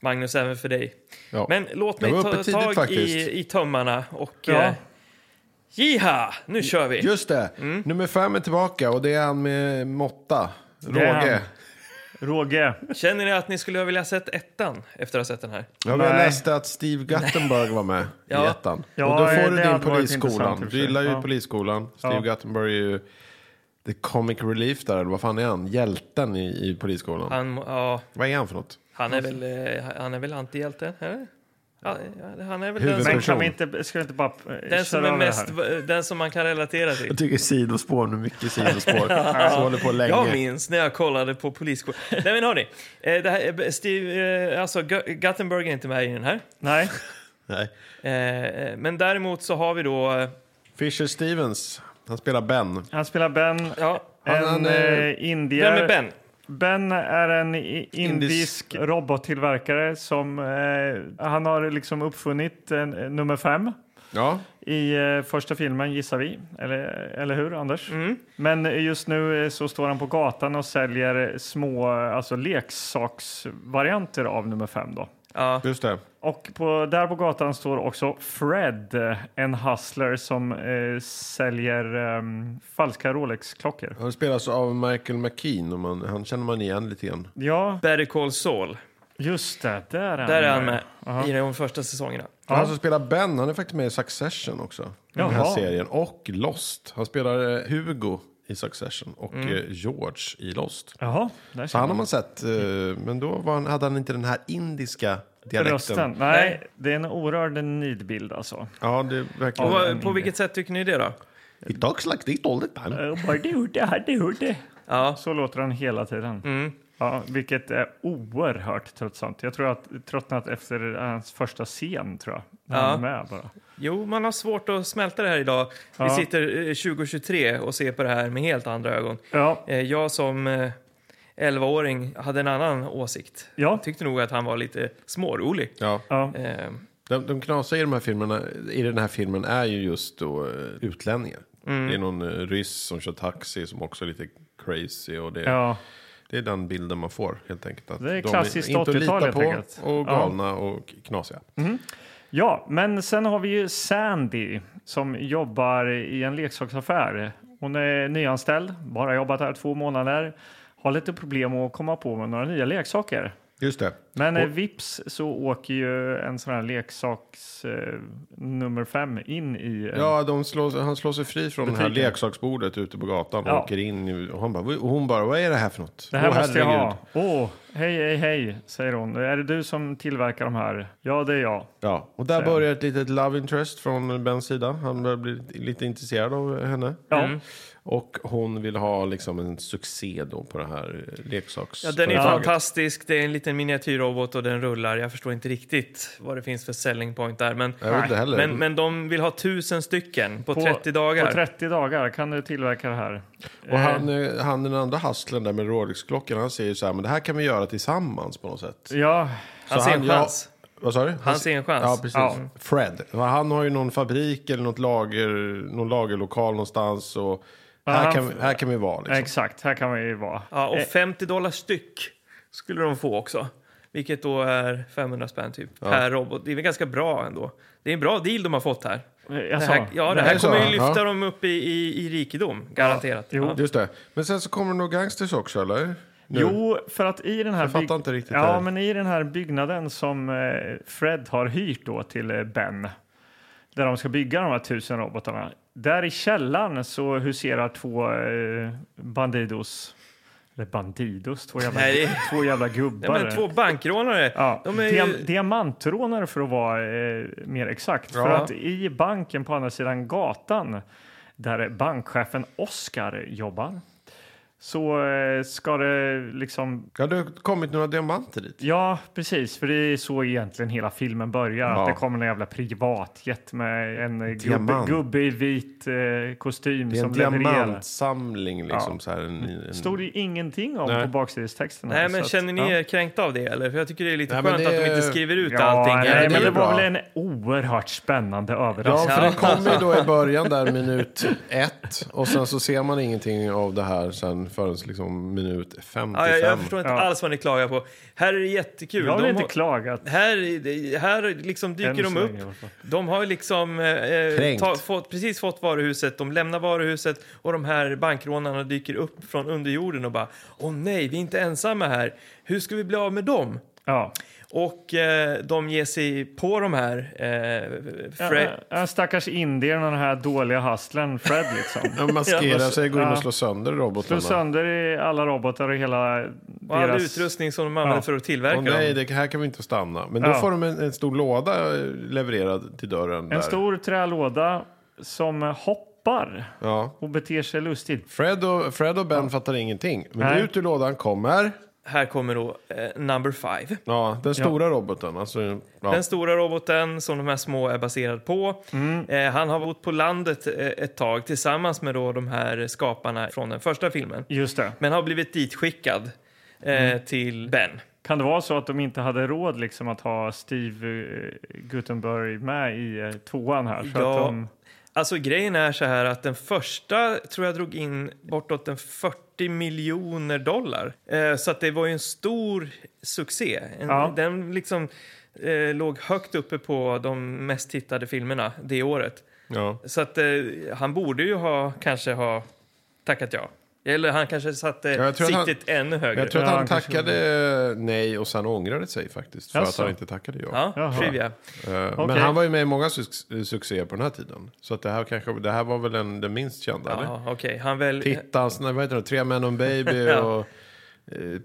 Speaker 3: Magnus, även för dig.
Speaker 2: Ja.
Speaker 3: Men låt
Speaker 2: Jag
Speaker 3: mig
Speaker 2: var
Speaker 3: ta
Speaker 2: uppe tidigt
Speaker 3: tag
Speaker 2: faktiskt.
Speaker 3: i, i tömmarna och
Speaker 1: Ja.
Speaker 3: eh, jiha, nu kör vi.
Speaker 2: Just det,
Speaker 3: Mm.
Speaker 2: nummer fem är tillbaka och det är han med måtta.
Speaker 1: är han.
Speaker 2: Råge.
Speaker 1: Råge.
Speaker 3: Känner ni att ni skulle vilja ha sett ettan efter att ha sett den här?
Speaker 2: Ja, men
Speaker 1: Nej.
Speaker 2: jag läste att Steve Guttenberg
Speaker 1: [laughs]
Speaker 2: var med
Speaker 3: Ja.
Speaker 2: i ettan.
Speaker 1: Ja,
Speaker 2: och då
Speaker 1: det
Speaker 2: får du din
Speaker 1: hade varit intressant i och
Speaker 2: polisskolan.
Speaker 1: för sig.
Speaker 2: Du gillar ju
Speaker 1: Ja.
Speaker 2: polisskolan. Steve
Speaker 1: Ja.
Speaker 2: Guttenberg är ju the comic relief där, eller vad fan är han? Hjälten i, i polisskolan.
Speaker 3: Han, ja,
Speaker 2: Vad är han för något?
Speaker 3: han är väl, eh, han är väl antihjälte, eller? Ja, ja, han är väl den
Speaker 2: Huvudperson.
Speaker 3: som,
Speaker 1: Men kan vi inte, ska vi inte bara eh,
Speaker 3: den som
Speaker 1: köra över
Speaker 3: är
Speaker 1: det
Speaker 3: mest,
Speaker 1: här?
Speaker 3: den som man kan relatera till.
Speaker 2: Jag tycker sidospår nu, mycket [laughs] sidospår. Så håller på länge.
Speaker 3: Jag minns när jag kollade
Speaker 1: [laughs]
Speaker 3: på polisskolan. Nej men hörni, eh, det här, eh, Steve, eh, alltså Gu- Guttenberg är inte med i den här.
Speaker 1: Nej,
Speaker 2: Nej.
Speaker 3: Eh, eh, Men däremot så har vi då, eh,
Speaker 2: Fisher Stevens, han spelar Ben.
Speaker 1: han spelar Ben.
Speaker 3: ja,
Speaker 1: En
Speaker 2: Han- han är-
Speaker 1: eh, indier.
Speaker 3: vem är Ben?
Speaker 1: Ben är en i- indisk
Speaker 2: Indisk.
Speaker 1: robottillverkare som eh, han har liksom uppfunnit eh, nummer fem
Speaker 2: Ja,
Speaker 1: i eh, första filmen gissar vi, eller, eh, eller hur Anders? Men just nu eh, så står han på gatan och säljer eh, små eh, alltså leksaksvarianter av nummer fem då.
Speaker 3: Ja,
Speaker 2: just det.
Speaker 1: Och på, där på gatan står också Fred, eh, en hustler som eh, säljer eh, falska Rolex-klockor.
Speaker 2: Han spelas av Michael McKean. Och man, han känner man igen lite grann.
Speaker 1: Ja,
Speaker 3: Better Call Saul.
Speaker 1: just det. Där är han,
Speaker 3: Där är han med i de första säsongerna.
Speaker 2: Han som spelar Ben, han är faktiskt med i Succession också. Den här
Speaker 1: Jaha.
Speaker 2: serien. Och Lost. Han spelar eh, Hugo i Succession och
Speaker 1: Mm.
Speaker 2: eh, George i Lost.
Speaker 1: Jaha, där ser
Speaker 2: Så han har
Speaker 1: man.
Speaker 2: man sett, eh, men då var han, hade han inte den här indiska dialekten.
Speaker 1: Rösten. Nej,
Speaker 3: Nej.
Speaker 1: det är en orörd nidbild alltså.
Speaker 2: Ja, det verkar...
Speaker 3: Och
Speaker 2: Ja.
Speaker 3: vad- på vilket sätt tycker ni det då?
Speaker 2: It talks like this all the time.
Speaker 3: Ja, Mm.
Speaker 1: Så låter han hela tiden. Ja, vilket är oerhört tröttsamt. Jag tror att tröttnat efter hans första scen, tror jag. När
Speaker 3: Ja.
Speaker 1: han är med bara.
Speaker 3: jo, man har svårt att smälta det här idag.
Speaker 1: Ja.
Speaker 3: Vi sitter eh, 2023 och ser på det här med helt andra ögon.
Speaker 1: Ja,
Speaker 3: Eh, Jag som eh, 11-åring hade en annan åsikt.
Speaker 1: Ja.
Speaker 3: Jag tyckte nog att han var lite smårolig.
Speaker 2: Ja.
Speaker 1: ja.
Speaker 3: Eh,
Speaker 2: De, de knasiga i, de här filmerna, i den här filmen är ju just då eh, utlänningar.
Speaker 1: Mm.
Speaker 2: Det är någon eh, ryss som kör taxi som också är lite crazy. Och det,
Speaker 1: ja.
Speaker 2: det är den bilden man får helt enkelt. Att
Speaker 1: Det är
Speaker 2: de
Speaker 1: klassiskt
Speaker 2: inte att
Speaker 1: 80-tal,
Speaker 2: lita
Speaker 1: helt
Speaker 2: på
Speaker 1: enkelt.
Speaker 2: och
Speaker 1: Ja.
Speaker 2: galna och knasiga.
Speaker 1: Ja, men sen har vi ju Sandy som jobbar i en leksaksaffär. Hon är nyanställd, bara jobbat här två månader. Har lite problem att komma på med några nya leksaker.
Speaker 2: Just det.
Speaker 1: Men eh, vips så åker ju en sån här leksaks eh, nummer fem in i... Eh,
Speaker 2: Ja, de slår, han slår sig fri från det här
Speaker 1: Butiken.
Speaker 2: leksaksbordet ute på gatan och
Speaker 1: Ja.
Speaker 2: åker in. i- Och, han bara, och hon bara, vad är det här för något?
Speaker 1: Det här
Speaker 2: Åh,
Speaker 1: måste jag
Speaker 2: herregud.
Speaker 1: ha. Åh, hej, hej, hej, säger hon. Är det du som tillverkar de här? Ja, det är jag.
Speaker 2: Ja, och där
Speaker 1: Säger
Speaker 2: börjar ett litet love interest från Bens sida. Han börjar bli lite intresserad av henne.
Speaker 1: Ja,
Speaker 2: Och hon vill ha liksom en succé då på det här eh, leksaks...
Speaker 3: ja, den är
Speaker 1: Ja.
Speaker 3: fantastisk, det är en liten miniatyrrobot och den rullar. Jag förstår inte riktigt vad det finns för selling point där. Men,
Speaker 2: Jag vet inte heller.
Speaker 3: men, men de vill ha tusen stycken på, 30 dagar.
Speaker 1: På 30 dagar kan du tillverka det här.
Speaker 2: Och han, eh, han den andra hustlern där med Rolex-klockan, han säger ju så här, men det här kan vi göra tillsammans på något sätt.
Speaker 1: Ja,
Speaker 3: han
Speaker 2: Så
Speaker 3: ser en
Speaker 2: ja,
Speaker 3: chans.
Speaker 2: vad sa du? Han,
Speaker 3: ser en chans.
Speaker 2: Ja, precis.
Speaker 1: Ja.
Speaker 2: Fred. Han har ju någon fabrik eller något lager, någon lagerlokal någonstans. Och här,
Speaker 1: han-
Speaker 2: kan, vi- här kan vi vara liksom.
Speaker 1: exakt. Här kan vi ju vara.
Speaker 3: Ja, och
Speaker 1: Eh,
Speaker 3: 50 dollar styck. skulle de få också. Vilket då är 500 spänn typ per robot. Det är väl ganska bra ändå. Det är en bra deal de har fått här.
Speaker 1: Jag
Speaker 3: det
Speaker 1: sa,
Speaker 3: här ja, det
Speaker 2: det
Speaker 3: här
Speaker 2: är så,
Speaker 3: kommer ju
Speaker 2: ja.
Speaker 3: lyfta dem upp i, i, i rikedom, garanterat.
Speaker 1: Jo,
Speaker 3: Ja.
Speaker 2: Just det. Men sen så kommer det nog gangsters också, eller? Nu.
Speaker 1: Jo, för att i den här...
Speaker 2: Jag fattar
Speaker 1: byg-
Speaker 2: inte riktigt det
Speaker 1: Ja,
Speaker 2: här.
Speaker 1: men i den här byggnaden som eh, Fred har hyrt då till eh, Ben, där de ska bygga de här tusen robotarna. Där i källaren så huserar två eh, bandidos. Eller bandidos? Två jävla,
Speaker 3: Nej.
Speaker 1: två jävla
Speaker 3: Ja,
Speaker 1: gubbar.
Speaker 3: men två bankrånare.
Speaker 1: Ja,
Speaker 3: De är
Speaker 1: diam
Speaker 3: ju,
Speaker 1: diamantrånare för att vara eh, mer exakt. För
Speaker 2: Ja.
Speaker 1: att i banken på andra sidan gatan där bankchefen Oscar jobbar så eh, ska det liksom...
Speaker 2: Ja, det har kommit några diamanter dit.
Speaker 1: Ja, precis. För det är så egentligen hela filmen börjar.
Speaker 2: Ja.
Speaker 1: Att det kommer en jävla privatjet med en eh, gubbe,
Speaker 2: Diamant.
Speaker 1: gubbe i vit eh, kostym
Speaker 2: Det är en
Speaker 1: som levererar.
Speaker 2: diamantsamling liksom. Så här, en, en...
Speaker 1: Står det ju ingenting om
Speaker 2: Nej.
Speaker 1: på baksidestexten. här,
Speaker 3: nej,
Speaker 1: så
Speaker 3: men
Speaker 1: att-
Speaker 3: känner ni
Speaker 1: Ja.
Speaker 3: er kränkta av det? Eller? För jag tycker det är lite
Speaker 2: Nej, men
Speaker 3: skönt
Speaker 2: det
Speaker 3: att de
Speaker 2: är-
Speaker 3: inte skriver ut
Speaker 1: Ja,
Speaker 3: allting.
Speaker 1: nej,
Speaker 2: Ja, det
Speaker 1: men
Speaker 2: är
Speaker 1: det
Speaker 2: bra.
Speaker 1: var väl en oerhört spännande
Speaker 2: Ja,
Speaker 1: överraskning.
Speaker 2: för det kommer ju då i början där minut ett och sen så ser man ingenting av det här sen förrän liksom minut 55.
Speaker 3: Ja, jag, jag förstår inte
Speaker 1: Ja.
Speaker 3: alls vad ni klagar på. Här är det jättekul.
Speaker 1: Jag har
Speaker 3: De
Speaker 1: väl inte
Speaker 3: har-
Speaker 1: klagat.
Speaker 3: här, här liksom dyker
Speaker 1: Än
Speaker 3: de
Speaker 1: så
Speaker 3: upp.
Speaker 1: länge i alla fall.
Speaker 3: De har ju liksom eh,
Speaker 2: Kränkt.
Speaker 3: ta, fått, precis fått varuhuset, de lämnar varuhuset och de här bankrånarna dyker upp från underjorden och bara Åh nej, vi är inte ensamma här. Hur ska vi bli av med dem?
Speaker 1: Ja.
Speaker 3: Och eh, de ger sig på de här. Eh, Fre-
Speaker 1: Ja, ja, stackars indiern och den här dåliga hustlern Fred
Speaker 3: [laughs]
Speaker 1: liksom.
Speaker 2: De maskerar
Speaker 1: Ja.
Speaker 2: sig, går in
Speaker 1: Ja.
Speaker 2: och slår sönder robotarna.
Speaker 1: Slog sönder i alla robotar och hela
Speaker 3: och all
Speaker 1: deras...
Speaker 3: utrustning som de använder
Speaker 1: Ja.
Speaker 3: för att tillverka
Speaker 2: Åh nej,
Speaker 3: dem.
Speaker 2: det här kan vi inte stanna. Men då
Speaker 1: Ja.
Speaker 2: får de en, en stor låda eh, levererad till dörren. där.
Speaker 1: En stor trälåda som hoppar
Speaker 2: Ja.
Speaker 1: och beter sig lustigt.
Speaker 2: Fred, och, Fred och Ben fattar ingenting. Men
Speaker 1: Nej.
Speaker 2: ut ur lådan kommer
Speaker 3: Här kommer då eh, number five.
Speaker 2: ja, den stora roboten. Alltså, ja.
Speaker 3: Den stora roboten som de här små är baserad på. Eh, han har bott på landet eh, ett tag tillsammans med då de här skaparna från den första filmen.
Speaker 1: Just det.
Speaker 3: Men har blivit ditskickad eh, till Ben.
Speaker 1: Kan det vara så att de inte hade råd liksom att ha Steve eh, Gutenberg med i eh, tvåan här? Så
Speaker 3: Ja.
Speaker 1: att de...
Speaker 3: Alltså grejen är så här att den första tror jag drog in bortåt en 40 miljoner dollar. Eh, så att det var ju en stor succé. En,
Speaker 1: Ja.
Speaker 3: Den liksom eh, låg högt uppe på de mest tittade filmerna det året.
Speaker 2: Ja.
Speaker 3: Så att eh, han borde ju ha kanske ha tackat ja. Eller han kanske satte
Speaker 2: Ja, jag tror att han-
Speaker 3: siktet ännu högre.
Speaker 2: Jag tror att
Speaker 1: Ja,
Speaker 2: han
Speaker 1: han kanske
Speaker 2: tackade nej och sen ångrade sig faktiskt. För att
Speaker 1: Jaså?
Speaker 2: han inte tackade ja.
Speaker 3: Ja,
Speaker 1: Jaha.
Speaker 3: trivia.
Speaker 2: Eh, Men
Speaker 1: Okej.
Speaker 2: han var ju med i många suc- succéer på den här tiden. Så att det, här kanske, det här var väl den, den minst kända, eller?
Speaker 3: Ja, okej. Han väl...
Speaker 1: Eh,
Speaker 2: Tittans, nej, alltså, vad heter det, Tre män och
Speaker 1: [laughs]
Speaker 2: en baby och eh,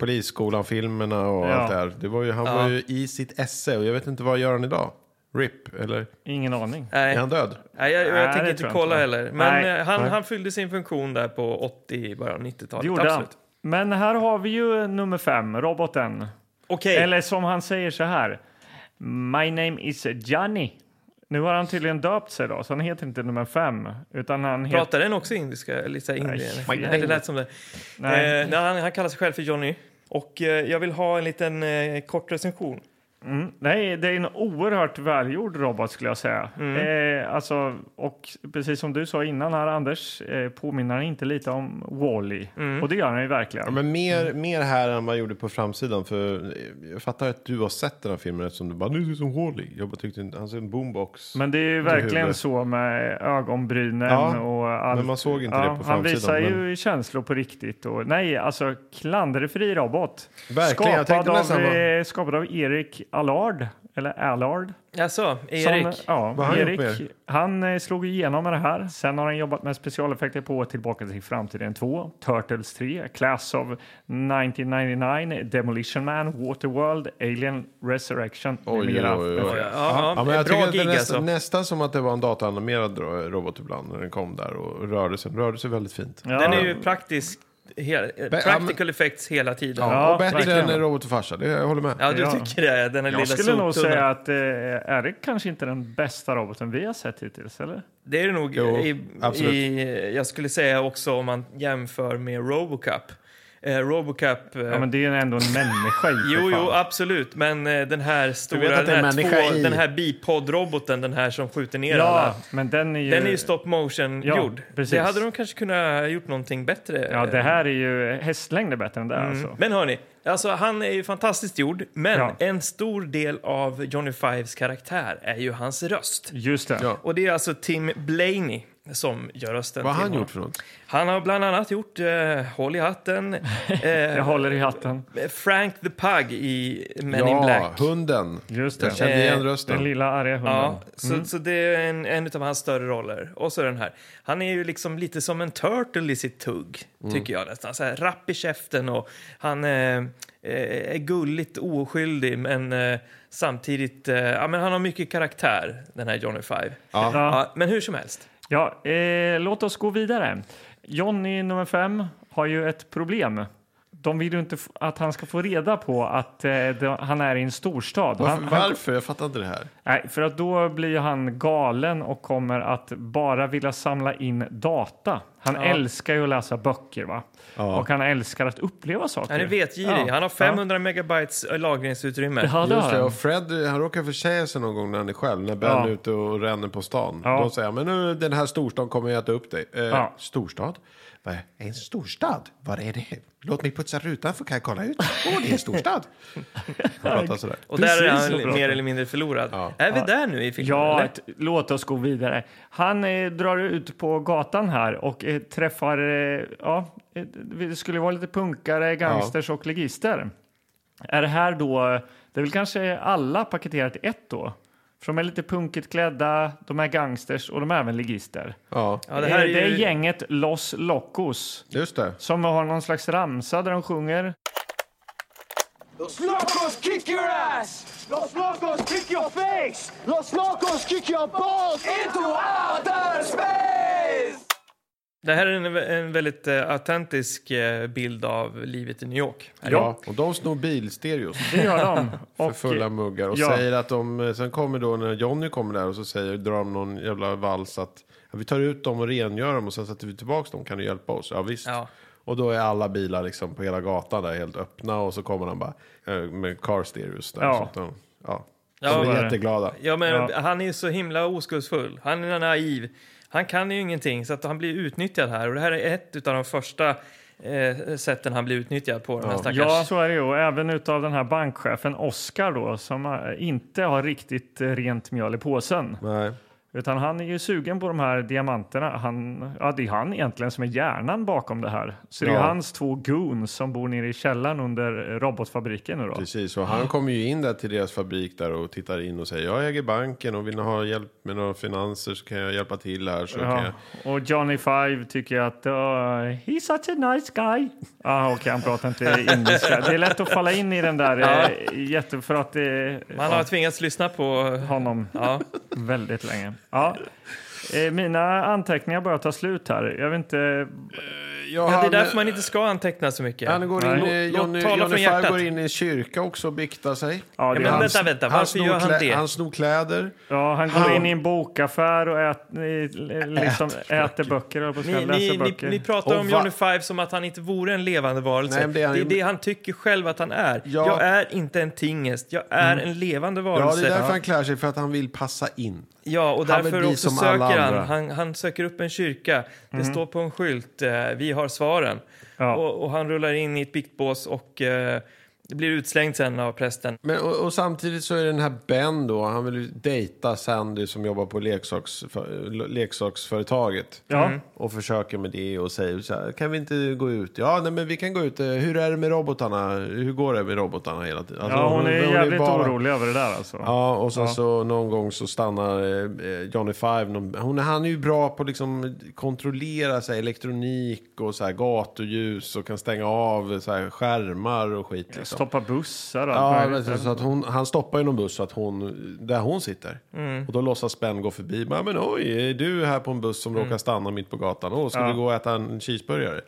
Speaker 2: Polisskolan-filmerna och
Speaker 1: Ja.
Speaker 2: allt det här. Det var ju, han var ju i sitt esse och jag vet inte vad gör han idag? RIP, eller?
Speaker 1: Ingen aning.
Speaker 3: Nej,
Speaker 2: Är han död?
Speaker 3: nej jag, jag,
Speaker 1: Nej,
Speaker 3: tänker
Speaker 1: det
Speaker 3: inte
Speaker 1: tror jag
Speaker 3: kolla
Speaker 1: inte.
Speaker 3: heller. Men
Speaker 1: Nej.
Speaker 3: eh, han, han fyllde sin funktion där på 80, början av 90-talet.
Speaker 1: Det gjorde han.
Speaker 3: Absolut.
Speaker 1: Men här har vi ju nummer fem, roboten.
Speaker 3: Okej,
Speaker 1: Eller som han säger så här. My name is Johnny. Nu har han tydligen döpt sig då, så han heter inte nummer fem. Utan han heter...
Speaker 3: pratar den också indiska? Lite så här indier.
Speaker 1: Nej.
Speaker 3: Det lät som det.
Speaker 1: Nej.
Speaker 3: Eh, nej, han, han kallar sig själv för Johnny. Och eh, jag vill ha en liten eh, kort recension.
Speaker 1: Mm. Nej, det är en oerhört välgjord robot skulle jag säga. Eh, alltså, och precis som du sa innan här Anders, eh, påminner han inte lite om Wall-E. Och det gör han ju verkligen.
Speaker 2: Ja, men mer,
Speaker 1: Mm.
Speaker 2: mer här än vad jag gjorde på framsidan. För jag fattar att du har sett den här filmen eftersom du bara, nu är det som Wall-E. Jag bara tyckte inte, han ser en boombox.
Speaker 1: Men det är ju verkligen
Speaker 2: huvudet.
Speaker 1: så med ögonbrynen
Speaker 2: Ja,
Speaker 1: och allt.
Speaker 2: men man såg inte det på
Speaker 1: Han
Speaker 2: framsidan,
Speaker 1: visar ju
Speaker 2: men-
Speaker 1: känslor på riktigt. Och, nej, alltså klanderfri robot.
Speaker 2: Verkligen, jag tänkte
Speaker 1: skapad,
Speaker 2: nästan
Speaker 1: av,
Speaker 2: vad-
Speaker 1: eh, skapad av Erik Allard. Eller Allard. Som-
Speaker 3: Alltså, Erik.
Speaker 1: ja,
Speaker 2: Vad har han gjort
Speaker 1: Erik, han eh, slog igenom med det här. Sen har han jobbat med specialeffekter på Tillbaka till framtiden 2, Turtles 3, Class of 1999, Demolition Man, Waterworld, Alien Resurrection
Speaker 2: Oj,
Speaker 1: med mera.
Speaker 2: oj, oj, oj.
Speaker 3: Ja, ja,
Speaker 2: Ja, men jag tycker
Speaker 3: bra
Speaker 2: att det
Speaker 3: gig
Speaker 2: är nästan,
Speaker 3: alltså.
Speaker 2: nästan som att det var en dataanimerad ro- robot ibland när den kom där och rörde sig, rörde sig väldigt fint. Ja.
Speaker 1: Ja,
Speaker 3: Den är ju praktisk, hel, eh,
Speaker 2: men-
Speaker 3: practical effects hela tiden. Ja,
Speaker 1: Ja,
Speaker 2: och bättre
Speaker 1: verkligen.
Speaker 2: än Robot och farsa, det, jag håller med.
Speaker 3: du
Speaker 1: Ja.
Speaker 3: tycker det? Den här lilla
Speaker 1: Jag skulle nog
Speaker 3: soptunnan.
Speaker 1: säga att eh, är det kanske inte den bästa roboten vi har sett hittills, eller?
Speaker 3: Det är det nog.
Speaker 2: Jo,
Speaker 3: i,
Speaker 2: absolut.
Speaker 3: i, jag skulle säga också om man jämför med Robocop. eh, Robocop. Eh,
Speaker 1: Ja, men det är ju ändå en
Speaker 3: [laughs]
Speaker 1: människa i för
Speaker 3: Jo,
Speaker 1: fan.
Speaker 3: jo, absolut. Men eh, den här
Speaker 2: vet
Speaker 3: stora,
Speaker 2: att det är
Speaker 3: den här,
Speaker 2: en människa
Speaker 3: två,
Speaker 2: i-
Speaker 3: den här bipodd-roboten, den här som skjuter ner alla.
Speaker 1: Ja, men den är ju...
Speaker 3: Den är ju stop motion
Speaker 1: Ja,
Speaker 3: gjord.
Speaker 1: precis.
Speaker 3: Det hade de kanske kunnat ha gjort någonting bättre.
Speaker 1: Ja, det
Speaker 3: eh,
Speaker 1: här är ju hästlängder bättre än det alltså.
Speaker 3: [laughs] Men hörni, alltså han är ju fantastiskt gjord, men
Speaker 1: Ja.
Speaker 3: en stor del av Johnny Fives karaktär är ju hans röst.
Speaker 1: Just det.
Speaker 2: Ja.
Speaker 3: Och det är alltså Tim Blaney som gör rösten
Speaker 2: Vad
Speaker 3: till
Speaker 2: har han
Speaker 3: honom.
Speaker 2: gjort för något?
Speaker 3: Han har bland annat gjort eh, Håll
Speaker 1: [laughs]
Speaker 3: i hatten,
Speaker 1: Jag
Speaker 3: eh,
Speaker 1: håller i hatten.
Speaker 3: Frank the Pug i Men in
Speaker 2: Ja,
Speaker 3: Black.
Speaker 2: hunden.
Speaker 1: Just
Speaker 2: Jag
Speaker 1: det.
Speaker 2: kände igen
Speaker 3: Eh,
Speaker 1: Den
Speaker 2: rösten.
Speaker 1: lilla arga hunden.
Speaker 3: Ja, så,
Speaker 1: Mm.
Speaker 3: så det är en, en av hans större roller. Och så den här. Han är ju liksom lite som en turtle i sitt tugg,
Speaker 1: Mm.
Speaker 3: tycker jag nästan. Så här, rapp i käften och han eh, eh, är gulligt oskyldig men eh, samtidigt, eh, ja men han har mycket karaktär, den här Johnny Five.
Speaker 2: Ja.
Speaker 3: Ja, men hur som helst.
Speaker 1: Ja, eh, låt oss gå vidare. Johnny nummer fem har ju ett problem. De vill ju inte f- att han ska få reda på att eh, de, han är i en storstad.
Speaker 2: Varför?
Speaker 1: han, han,
Speaker 2: varför? Jag fattar inte det här.
Speaker 1: nej, för att då blir han galen och kommer att bara vilja samla in data. Han älskar ju att läsa böcker va? och han älskar att uppleva saker.
Speaker 3: Han är vetgirig.
Speaker 1: Ja.
Speaker 3: Han har 500 megabytes eh, lagringsutrymme.
Speaker 1: Ja, det
Speaker 2: Just
Speaker 1: har
Speaker 2: det,
Speaker 1: han.
Speaker 2: och Fred han råkar försäga sig någon gång när han är själv, när Ben
Speaker 1: Ja.
Speaker 2: är ute och ränner på stan.
Speaker 1: Ja.
Speaker 2: Då säger han, men nu den här storstaden kommer jag äta upp dig. Eh,
Speaker 1: Ja.
Speaker 2: Storstad? Vad är en storstad? Var är det? Låt mig putsa rutan för kan jag kolla ut? Åh, det är
Speaker 1: [laughs]
Speaker 2: en storstad. Han pratar sådär.
Speaker 3: Och
Speaker 1: Precis
Speaker 3: där är
Speaker 1: så bra.
Speaker 3: han mer eller mindre förlorad. Är vi där nu i filmen?
Speaker 1: Ja,
Speaker 3: eller?
Speaker 1: t- låt oss gå vidare. Han eh, drar ut på gatan här och eh, träffar, eh, ja, eh, det skulle vara lite punkare, gangsters och legister. Är det här då, det är väl kanske alla paketerat i ett då? För de är lite punkigt klädda, de är gangsters och de är även legister.
Speaker 2: Ja,
Speaker 3: ja,
Speaker 1: det,
Speaker 3: det här är
Speaker 1: det är
Speaker 3: ju...
Speaker 1: gänget Los Locos
Speaker 2: just det.
Speaker 1: som har någon slags ramsa där de sjunger.
Speaker 8: Los locos kick your ass! Los locos kick your face! Los locos kick your balls into outer space!
Speaker 3: Det här är en, en väldigt eh, autentisk eh, bild av livet i New York.
Speaker 2: Ja, och de snor bilstereos
Speaker 1: Det gör de.
Speaker 3: [laughs]
Speaker 2: för fulla muggar och
Speaker 1: ja.
Speaker 2: säger att de, eh, sen kommer då när Johnny kommer där och så säger, drar de någon jävla vals att ja, vi tar ut dem och rengör dem och sen sätter vi tillbaka dem, kan du hjälpa oss? Ja visst.
Speaker 3: Ja.
Speaker 2: Och då är alla bilar liksom på hela gatan där helt öppna och så kommer de bara eh, med car stereos där.
Speaker 1: Ja.
Speaker 2: Så att de, ja. De
Speaker 3: Ja, vad
Speaker 2: är
Speaker 1: är det?
Speaker 2: jätteglada.
Speaker 3: Ja, men
Speaker 1: Ja.
Speaker 3: Han är ju så himla oskuldsfull. Han är naiv. Han kan ju ingenting, så att han blir utnyttjad här. Och Det här är ett av de första eh, sätten han blir utnyttjad på. Den här stackars...
Speaker 1: Ja, så är det ju. Och Även utav den här bankchefen Oscar då, som eh, inte har riktigt eh, rent mjöl i påsen.
Speaker 2: Nej.
Speaker 1: Utan han är ju sugen på de här diamanterna. Han, ja, det är han egentligen som är hjärnan bakom det här. Så det är
Speaker 2: Ja.
Speaker 1: ju hans två goons som bor nere i källaren under eh, robotfabriken nu då.
Speaker 2: Precis, och han kommer ju in där till deras fabrik där och tittar in och säger jag äger banken och vill ni ha hjälp med några finanser så kan jag hjälpa till här. Så kan
Speaker 1: Ja.
Speaker 2: jag...
Speaker 1: Och Johnny Five tycker att uh, he's such a nice guy. Ah, Okej, han pratar inte indiska. Det är lätt att falla in i den där eh, jätte... För att det...
Speaker 3: Man har tvingats lyssna på...
Speaker 1: honom
Speaker 3: Ja.
Speaker 1: väldigt länge. Ja. Eh, mina anteckningar börjar ta slut här. Jag vet inte...
Speaker 3: Ja, det är
Speaker 2: han-
Speaker 3: därför man inte ska anteckna så mycket.
Speaker 2: Han går in, i-
Speaker 3: Låt- låt
Speaker 2: Johnny,
Speaker 3: tala
Speaker 2: Johnny
Speaker 3: från
Speaker 2: Five
Speaker 3: hjärtat.
Speaker 2: går in i en kyrka också och biktar sig.
Speaker 1: Ja, det
Speaker 3: men
Speaker 1: är han.
Speaker 3: vänta, vänta,
Speaker 2: han
Speaker 3: varför
Speaker 2: snor
Speaker 3: gör han
Speaker 2: klä-
Speaker 3: det?
Speaker 2: Han snor kläder.
Speaker 1: Ja, han går in i en bokaffär och ät, eh, liksom, äter böcker, eller på att säga,
Speaker 3: Ni, ni,
Speaker 1: läser
Speaker 3: ni,
Speaker 1: böcker.
Speaker 3: ni pratar
Speaker 2: Och
Speaker 3: om
Speaker 2: va-
Speaker 3: Johnny Five som att han inte vore en levande
Speaker 2: Nej,
Speaker 3: varelse.
Speaker 2: men
Speaker 3: det,
Speaker 2: det är
Speaker 3: är
Speaker 2: han ju-
Speaker 3: det han tycker själv att han är.
Speaker 2: Ja. Mm.
Speaker 3: Jag är inte en tingest, jag är en levande
Speaker 2: Ja,
Speaker 3: varelse.
Speaker 2: det är därför han klär sig, för att han vill passa in.
Speaker 3: Ja,
Speaker 2: Han
Speaker 3: och
Speaker 2: vill
Speaker 3: därför
Speaker 2: bli
Speaker 3: också
Speaker 2: som alla
Speaker 3: söker han.
Speaker 2: andra. Mhm.
Speaker 3: han. Han söker upp en kyrka. Det står på en skylt, eh, vi har svaren.
Speaker 1: Ja.
Speaker 3: Och, och han rullar in i ett biktbås och eh, blir utslängd sen av prästen.
Speaker 2: Men, och, och samtidigt så är den här Ben då, han vill ju dejta Sandy som jobbar på leksaks, för, leksaksföretaget.
Speaker 1: Ja.
Speaker 2: Och försöker med det och säger så här, kan vi inte gå ut? Ja, nej men vi kan gå ut. Eh, Hur är det med robotarna? Hur går det med robotarna hela tiden? Alltså,
Speaker 1: ja, hon är jävligt
Speaker 2: bara-
Speaker 1: orolig över det där alltså.
Speaker 2: Ja, och sen så någon gång så stannar eh, eh, Johnny Five. Någon, hon, han är ju bra på att liksom kontrollera så här, elektronik och så här, gatuljus och kan stänga av så här, skärmar och skit. Liksom.
Speaker 1: Stoppa bussar och
Speaker 2: Ja,
Speaker 1: allt möjligt.
Speaker 2: men så så att hon, han stoppar ju någon buss så att hon, där hon sitter.
Speaker 3: Mm.
Speaker 2: Och då låtsas Ben gå förbi. Men, men oj, är du här på en buss
Speaker 3: Mm.
Speaker 2: som råkar stanna mitt på gatan? Åh, ska du gå och äta en cheeseburgare?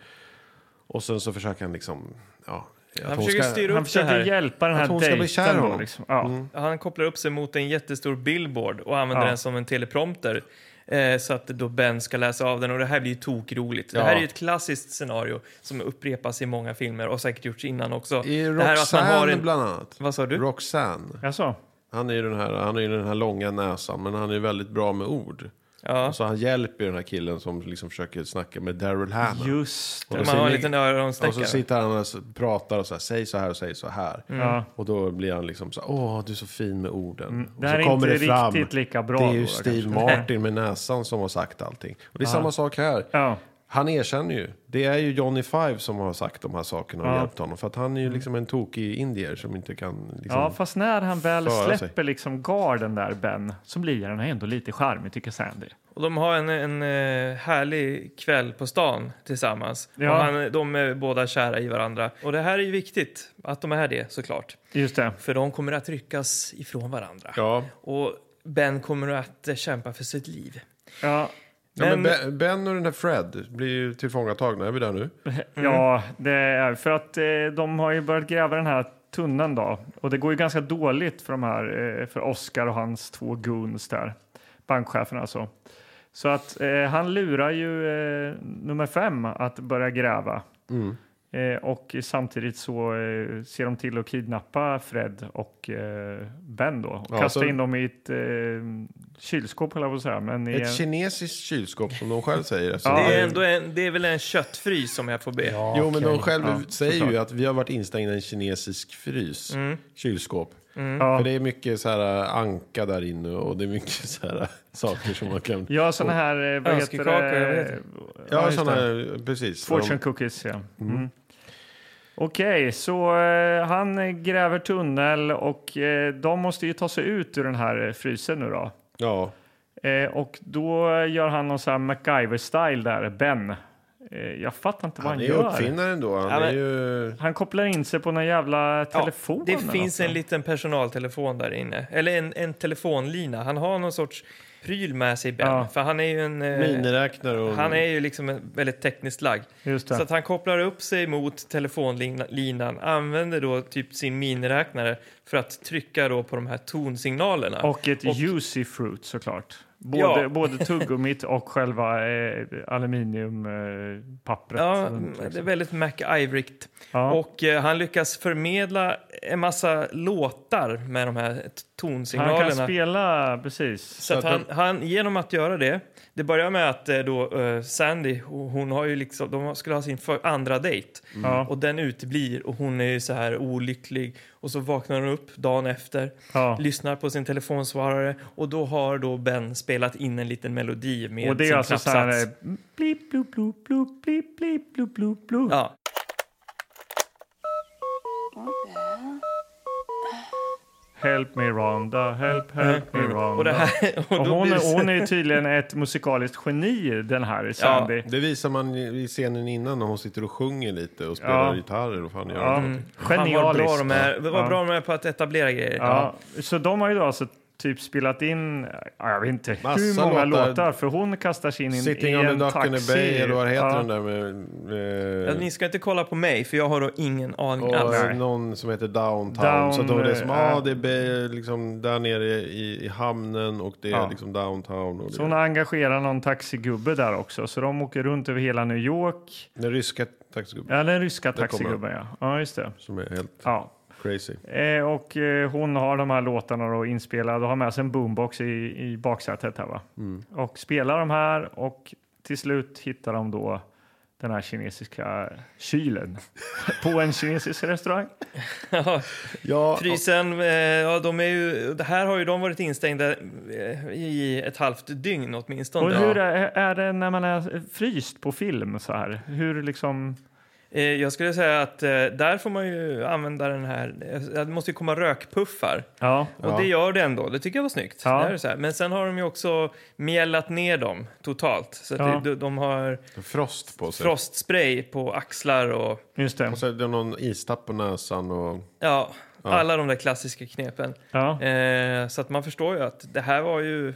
Speaker 2: Och sen så försöker han liksom... Ja, att
Speaker 3: Han
Speaker 2: hon
Speaker 3: försöker
Speaker 2: ska-
Speaker 3: styra
Speaker 1: Han
Speaker 3: upp det
Speaker 1: försöker
Speaker 3: här.
Speaker 1: hjälpa den
Speaker 2: Att
Speaker 1: här
Speaker 2: hon ska bli kär i
Speaker 1: dejten. Då,
Speaker 2: honom. Mm.
Speaker 1: liksom. ja.
Speaker 3: Han kopplar upp sig mot en jättestor billboard och använder
Speaker 1: Ja.
Speaker 3: den som en teleprompter. Eh, så att då Ben ska läsa av den och det här blir ju tokroligt. Det
Speaker 2: Ja.
Speaker 3: här är ju ett klassiskt scenario som upprepas i många filmer och säkert gjorts innan också.
Speaker 2: I
Speaker 3: det här att man har
Speaker 2: Roxanne
Speaker 3: en...
Speaker 2: bland annat.
Speaker 3: Vad sa du?
Speaker 2: Roxanne.
Speaker 1: Jaså?
Speaker 2: Han är ju den här, han är ju den här långa näsan, men han är ju väldigt bra med ord.
Speaker 3: Ja.
Speaker 2: Så han hjälper ju den här killen som liksom försöker snacka med Daryl Hannah.
Speaker 1: Just det.
Speaker 2: Och
Speaker 3: Man har en
Speaker 2: sen-
Speaker 3: liten
Speaker 2: Och så
Speaker 3: öronstäckare.
Speaker 2: sitter han och s- pratar och så här, säg så här och säg så här.
Speaker 1: Ja.
Speaker 2: Och då blir han liksom så här, åh du är så fin med orden. och
Speaker 1: Mm. det
Speaker 2: så
Speaker 1: här är inte riktigt lika bra
Speaker 2: Det är
Speaker 1: då,
Speaker 2: ju
Speaker 1: kanske. [laughs]
Speaker 2: Steve Martin med näsan som har sagt allting. Och det är samma sak här.
Speaker 1: Ja.
Speaker 2: Han erkänner ju. Det är ju Johnny Five som har sagt de här sakerna och
Speaker 1: Ja. Mm.
Speaker 2: hjälpt honom. För att han är ju liksom en tokig indier som inte kan... Liksom,
Speaker 1: Ja, fast när han väl
Speaker 2: Föra sig.
Speaker 1: släpper liksom garden där Ben så blir han ändå lite charmig tycker Sandy.
Speaker 3: Och de har en, en eh, härlig kväll på stan tillsammans.
Speaker 1: Ja.
Speaker 3: Och han, de är båda kära i varandra. Och det här är ju viktigt, att de är det såklart.
Speaker 1: Just det.
Speaker 3: För de kommer att ryckas ifrån varandra.
Speaker 2: Ja.
Speaker 3: Och Ben kommer att eh, kämpa för sitt liv.
Speaker 1: Ja,
Speaker 2: Ja, men
Speaker 3: Men-
Speaker 2: ben, ben och den här Fred blir ju tillfångatagna. Är vi där nu? Mm.
Speaker 1: Ja, det är för att eh, de har ju börjat gräva den här tunneln då och det går ju ganska dåligt för de här eh, för Oscar och hans två goons där, bankchefen alltså. Så att eh, han lurar ju eh, nummer fem att börja gräva.
Speaker 2: Mm.
Speaker 1: Eh, och samtidigt så eh, ser de till att kidnappa Fred och eh, Ben då och
Speaker 2: Ja,
Speaker 1: kasta
Speaker 2: så-
Speaker 1: in dem i ett eh, kylskåp höll jag på att säga. Men i,
Speaker 2: Ett kinesiskt kylskåp som de själv säger. Alltså, eftersom
Speaker 1: Ja.
Speaker 3: Det, är ändå en, det är väl en köttfrys om jag får be.
Speaker 2: Jo, men de själva
Speaker 1: Ja,
Speaker 2: säger
Speaker 1: såklart. Mm.
Speaker 2: ju att vi har varit instängda i en kinesisk frys, kylskåp.
Speaker 1: Ja.
Speaker 2: För det är mycket så här äh, anka där inne och det är mycket [laughs] så här äh, saker som man kan...
Speaker 1: ja, sådana här, eh, vad heter
Speaker 3: Önskekakor, vad
Speaker 1: det?
Speaker 3: heter
Speaker 2: Ja,
Speaker 1: just
Speaker 2: sådana
Speaker 1: det.
Speaker 2: här, eh, precis.
Speaker 1: Fortune cookies, ja. Mm. Okej, så eh, han gräver tunnel och eh, de måste ju ta sig ut ur den här eh, frysen nu då.
Speaker 2: Ja,
Speaker 1: Eh, och då gör han någon sån här MacGyver-style där, Ben. Eh, jag fattar inte vad
Speaker 2: han
Speaker 1: han,
Speaker 2: är ju
Speaker 1: gör.
Speaker 2: uppfinnaren då. Han
Speaker 3: Ja, men-
Speaker 2: är ju...
Speaker 1: Han kopplar in sig på någon jävla
Speaker 3: Ja,
Speaker 1: telefon.
Speaker 3: det
Speaker 1: eller
Speaker 3: finns
Speaker 2: alltså.
Speaker 1: något.
Speaker 3: en liten personaltelefon där inne. Eller en, en telefonlina. Han har någon sorts pryl med sig, Ben.
Speaker 1: Ja.
Speaker 3: För han är ju en... eh,
Speaker 2: Miniräknare och...
Speaker 3: Han är ju liksom en väldigt tekniskt lagd.
Speaker 1: Just det.
Speaker 3: Så att han kopplar upp sig mot telefonlinan, använder då typ sin miniräknare för att trycka då på de här tonsignalerna.
Speaker 1: Och ett
Speaker 3: Och-
Speaker 1: juicy fruit såklart. Både,
Speaker 3: Ja.
Speaker 1: [laughs] både tuggummit och själva eh, aluminiumpappret. Eh, pappret
Speaker 3: ja,
Speaker 1: runt, liksom.
Speaker 3: det är väldigt MacIvrigt.
Speaker 1: Ja.
Speaker 3: Och eh, han lyckas förmedla en massa låtar med de här t-
Speaker 1: Han
Speaker 3: tonsignalerna.
Speaker 1: kan spela, precis.
Speaker 3: Så att han, han, genom att göra det, det börjar med att eh, då, eh, Sandy, hon hon har ju liksom, de skulle ha sin för, andra dejt.
Speaker 1: Ja.
Speaker 3: Och den uteblir och hon är ju så här olycklig. Och så vaknar hon upp dagen efter,
Speaker 1: Ja.
Speaker 3: lyssnar på sin telefonsvarare och då har då Ben spelat in en liten melodi med
Speaker 1: Och det
Speaker 3: sin
Speaker 1: är alltså så
Speaker 3: knappsats.
Speaker 1: här... eh, Blip, blip, blip, blip, blip, blip, blip, blip, blip.
Speaker 3: Ja.
Speaker 1: Help me Rhonda, help, help me Rhonda.
Speaker 3: Mm. Och,
Speaker 1: [laughs]
Speaker 3: det här, och,
Speaker 1: Och
Speaker 3: då
Speaker 1: hon,
Speaker 3: blir
Speaker 1: är-
Speaker 3: det så-
Speaker 1: hon är ju tydligen ett musikaliskt geni, den här Sandy. Ja.
Speaker 2: Det visar man i scenen innan när hon sitter och sjunger lite och spelar
Speaker 1: Ja.
Speaker 2: gitarr eller vad fan gör.
Speaker 3: Fan, vad bra
Speaker 1: Genialisk.
Speaker 3: Mm. de är, vad
Speaker 1: Ja.
Speaker 3: bra de är på att etablera grejer.
Speaker 1: Ja. Så de har ju då alltså typ spelat in, ja, jag vet inte hur
Speaker 2: Massa
Speaker 1: många låtar.
Speaker 2: låtar.
Speaker 1: för hon kastar sig in i
Speaker 2: Sitting
Speaker 1: en
Speaker 2: on the duck
Speaker 1: taxi.
Speaker 2: in the bay eller vad heter
Speaker 1: Ja.
Speaker 2: den där med...
Speaker 3: Ja,
Speaker 2: med
Speaker 3: Ni ska inte kolla på mig, för jag har då ingen aning
Speaker 2: Och
Speaker 3: alls.
Speaker 1: nej.
Speaker 2: någon som heter Downtown.
Speaker 1: Down,
Speaker 2: så då är det som,
Speaker 1: eh,
Speaker 2: ja ah, det är be- liksom där nere i, i hamnen och det är
Speaker 1: Ja.
Speaker 2: liksom Downtown. Och
Speaker 1: Så
Speaker 2: det.
Speaker 1: hon engagerar någon taxigubbe där också, så de åker runt över hela New York.
Speaker 2: Den ryska taxigubben
Speaker 1: Ja, den ryska
Speaker 2: Där kommer
Speaker 1: taxigubben ja. Ja, just det.
Speaker 2: som är helt
Speaker 1: Ja.
Speaker 2: crazy.
Speaker 1: Eh, och eh, hon har de här låtarna då inspelade och har med sig en boombox i, i baksätet här va?
Speaker 3: Mm.
Speaker 1: Och spelar de här och till slut hittar de då den här kinesiska kylen [laughs] på en kinesisk restaurang.
Speaker 3: [laughs] Ja.
Speaker 2: Ja,
Speaker 3: Frysen, eh, ja, de är ju, det här har ju de varit instängda eh, i ett halvt dygn åtminstone.
Speaker 1: Och hur är, är det när man är fryst på film så här? Hur liksom...
Speaker 3: Eh, Jag skulle säga att eh, där får man ju använda den här... eh, Det måste ju komma rökpuffar.
Speaker 1: Ja,
Speaker 3: Och det gör det ändå. Det tycker jag var snyggt.
Speaker 1: Ja.
Speaker 3: Det här är så här. Men sen har de ju också mjällat ner dem totalt. Så att
Speaker 1: Ja.
Speaker 3: det, de, de har
Speaker 2: Typ. frost på sig.
Speaker 3: frostspray på axlar och...
Speaker 1: just det.
Speaker 2: Och så är det någon istapp på näsan och...
Speaker 3: Ja, alla de där klassiska knepen.
Speaker 1: Ja.
Speaker 3: Eh, så att man förstår ju att det här var ju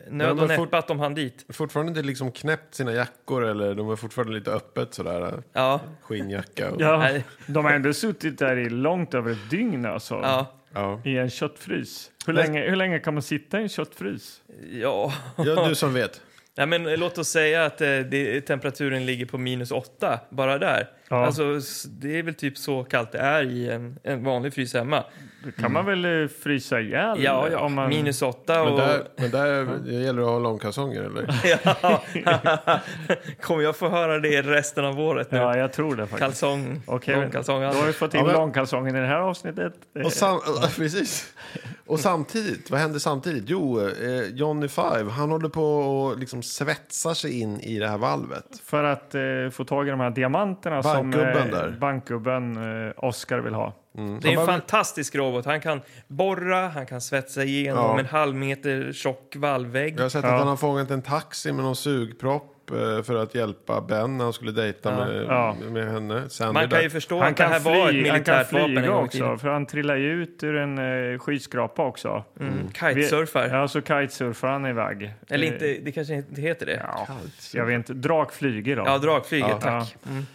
Speaker 2: Ja,
Speaker 3: nöd
Speaker 2: men
Speaker 3: och
Speaker 2: fort-
Speaker 3: näppe att de hann dit.
Speaker 2: Fortfarande inte liksom knäppt sina jackor eller de är fortfarande lite öppet sådär.
Speaker 3: Ja,
Speaker 2: Skinnjacka. Och,
Speaker 1: Ja,
Speaker 3: Nej.
Speaker 1: de har ändå suttit där i långt över ett dygn alltså.
Speaker 3: ja,
Speaker 2: ja.
Speaker 1: I en köttfrys. Hur länge, hur länge kan man sitta i en köttfrys?
Speaker 3: ja.
Speaker 2: ja, du som vet.
Speaker 3: Nej, men eh, låt oss säga att eh, det, temperaturen ligger på minus åtta bara där.
Speaker 1: Ja.
Speaker 3: Alltså, s- det är väl typ så kallt det är i en, en vanlig frys hemma.
Speaker 1: Då kan man väl eh, frysa ihjäl?
Speaker 3: Ja, ja.
Speaker 1: Om man...
Speaker 3: Minus åtta
Speaker 2: Men
Speaker 3: och...
Speaker 2: där, men där det gäller det att ha långkalsonger eller?
Speaker 3: [laughs] Ja. [laughs] Kommer jag få höra det resten av året nu?
Speaker 1: Ja, jag tror det faktiskt.
Speaker 3: Kalsong, Alltså,
Speaker 1: Okej,
Speaker 3: långkalsong.
Speaker 1: Då har vi fått in
Speaker 2: Ja, men-
Speaker 1: långkalsongen i det här avsnittet. Eh,
Speaker 2: Och, sam- [laughs] precis. och samtidigt, vad händer samtidigt? Jo, eh, Johnny Five, han håller på och liksom svetsar sig in i det här valvet.
Speaker 1: För att eh, få tag i de här diamanterna som
Speaker 2: Bankgubben där.
Speaker 1: bankgubben eh, Oscar vill ha.
Speaker 3: Det är en fantastisk robot. Han kan borra, han kan svetsa igenom
Speaker 2: Ja.
Speaker 3: en halv meter tjock valvvägg.
Speaker 2: Jag har sett att han har fångat en taxi med någon sugpropp eh, för att hjälpa Ben när han skulle dejta med,
Speaker 1: Ja.
Speaker 2: med henne. Sandy
Speaker 3: Man kan
Speaker 2: där.
Speaker 3: ju förstå
Speaker 1: Han
Speaker 3: att det
Speaker 1: kan,
Speaker 3: här var ett
Speaker 1: fly, han kan
Speaker 3: militärt vapen en
Speaker 1: flyga
Speaker 3: gång i
Speaker 1: också,
Speaker 3: tiden.
Speaker 1: för han trillar ju ut ur en eh, skyskrapa också.
Speaker 3: Mm. Kitesurfar.
Speaker 1: Vi- Ja, så kitesurfar han iväg.
Speaker 3: Eller
Speaker 1: Eh,
Speaker 3: inte, det kanske inte heter det. Ja,
Speaker 1: Ja, jag vet inte. Drakflyger då.
Speaker 3: dragflyget,
Speaker 2: Ja.
Speaker 3: tack. Mm.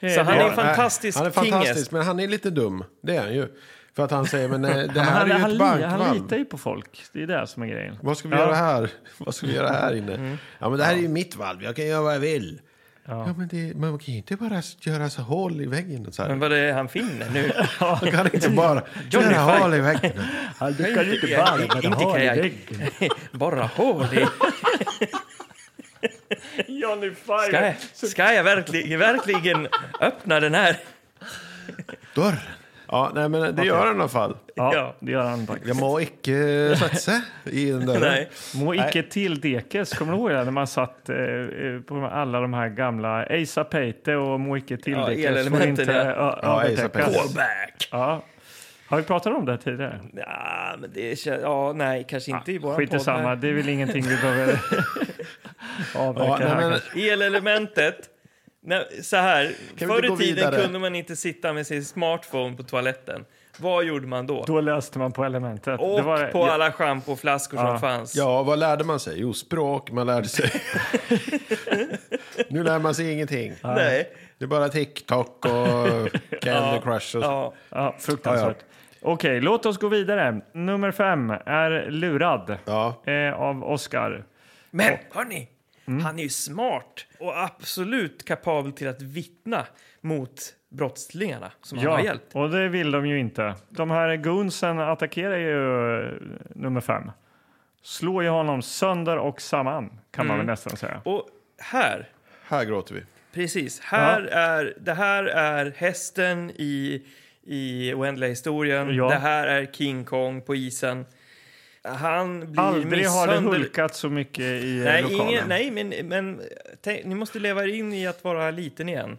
Speaker 1: Eh,
Speaker 3: Så han
Speaker 1: det-
Speaker 3: är en fantastisk
Speaker 2: Han är
Speaker 3: tingest.
Speaker 2: fantastisk, men han är lite dum. Det är han ju. För att han säger, men eh, det här
Speaker 1: han,
Speaker 2: är
Speaker 1: han,
Speaker 2: ju ett
Speaker 1: li- han litar
Speaker 2: bankvalv.
Speaker 1: ju på folk. Det är det som är grejen.
Speaker 2: Vad ska vi
Speaker 1: Ja.
Speaker 2: göra här? [laughs] Vad ska vi göra här inne? Mm. Ja, men det här är ju mitt valv. Jag kan göra vad jag vill. Ja, men det, man kan ju inte bara göra så hål i väggen. och Så här.
Speaker 3: Men vad det är han finner nu?
Speaker 2: Man kan [laughs] inte bara
Speaker 3: Johnny
Speaker 2: göra
Speaker 3: Five.
Speaker 2: hål i väggen.
Speaker 1: Han lyckas ju
Speaker 3: inte bara med inte hål i kajak.
Speaker 1: väggen.
Speaker 3: [laughs] Borra hål i...
Speaker 1: Johnny Five.
Speaker 3: Ska
Speaker 1: [laughs]
Speaker 3: jag, ska jag verkligen, verkligen öppna den här?
Speaker 2: Dörren. Ja, nej, men det gör han i alla fall.
Speaker 1: Ja,
Speaker 3: Ja.
Speaker 1: det gör han faktiskt.
Speaker 2: Jag må icke svetsa i den dörren.
Speaker 3: Nej.
Speaker 1: Må icke till dekes. Kommer du ihåg det? När man satt eh, eh, på alla de här gamla Eisa Peite och Må icke till
Speaker 3: Ja,
Speaker 1: dekes.
Speaker 3: elelementen,
Speaker 1: får inte
Speaker 3: ja.
Speaker 1: ö-
Speaker 2: Ja, Asa
Speaker 1: övertäckas.
Speaker 2: Peite.
Speaker 3: Back.
Speaker 1: Ja. Har vi pratat om det här tidigare?
Speaker 3: Ja, men det känns... Ja, nej, kanske inte i vår
Speaker 1: Skit i
Speaker 3: podd.
Speaker 1: samma,
Speaker 3: här.
Speaker 1: det är väl ingenting vi
Speaker 3: [laughs]
Speaker 1: behöver avverka
Speaker 2: Ja, nej,
Speaker 1: här.
Speaker 2: men,
Speaker 1: kanske.
Speaker 3: Elelementet. Nej, så här,
Speaker 2: vi
Speaker 3: förr
Speaker 2: inte
Speaker 3: i
Speaker 2: gå
Speaker 3: tiden
Speaker 2: vidare?
Speaker 3: kunde man inte sitta med sin smartphone på toaletten. Vad gjorde man då?
Speaker 1: Då löste man på elementet.
Speaker 3: Och
Speaker 1: Det var-
Speaker 3: på alla schampoflaskor som fanns.
Speaker 2: ja, vad lärde man sig? Jo, språk. Man lärde [laughs] sig. nu lär man sig ingenting.
Speaker 3: Nej.
Speaker 2: Det är bara TikTok [laughs] och Candy Crush. Och så.
Speaker 3: Ja.
Speaker 1: Ja, fruktansvärt.
Speaker 2: Ja,
Speaker 1: Okej, låt oss gå vidare. Nummer fem är Lurad
Speaker 2: Ja.
Speaker 1: eh, av Oscar.
Speaker 3: Men hörni,
Speaker 1: Mm.
Speaker 3: han är ju smart och absolut kapabel till att vittna mot brottslingarna som han har
Speaker 1: Ja,
Speaker 3: hjälpt.
Speaker 1: och det vill de ju inte. De här goonsen attackerar ju eh, nummer fem. Slår ju honom sönder och samman, kan man väl nästan säga.
Speaker 3: Mm. Och här,
Speaker 2: Här gråter vi.
Speaker 3: precis, här är, det här är hästen i, i oändliga historien.
Speaker 1: Ja.
Speaker 3: Det här är King Kong på isen. Han blir
Speaker 1: Aldrig har det
Speaker 3: misshandel-
Speaker 1: hulkat så mycket i eh,
Speaker 3: Nej,
Speaker 1: lokalen.
Speaker 3: ingen, nej men, men tänk, ni måste leva er in i att vara liten igen.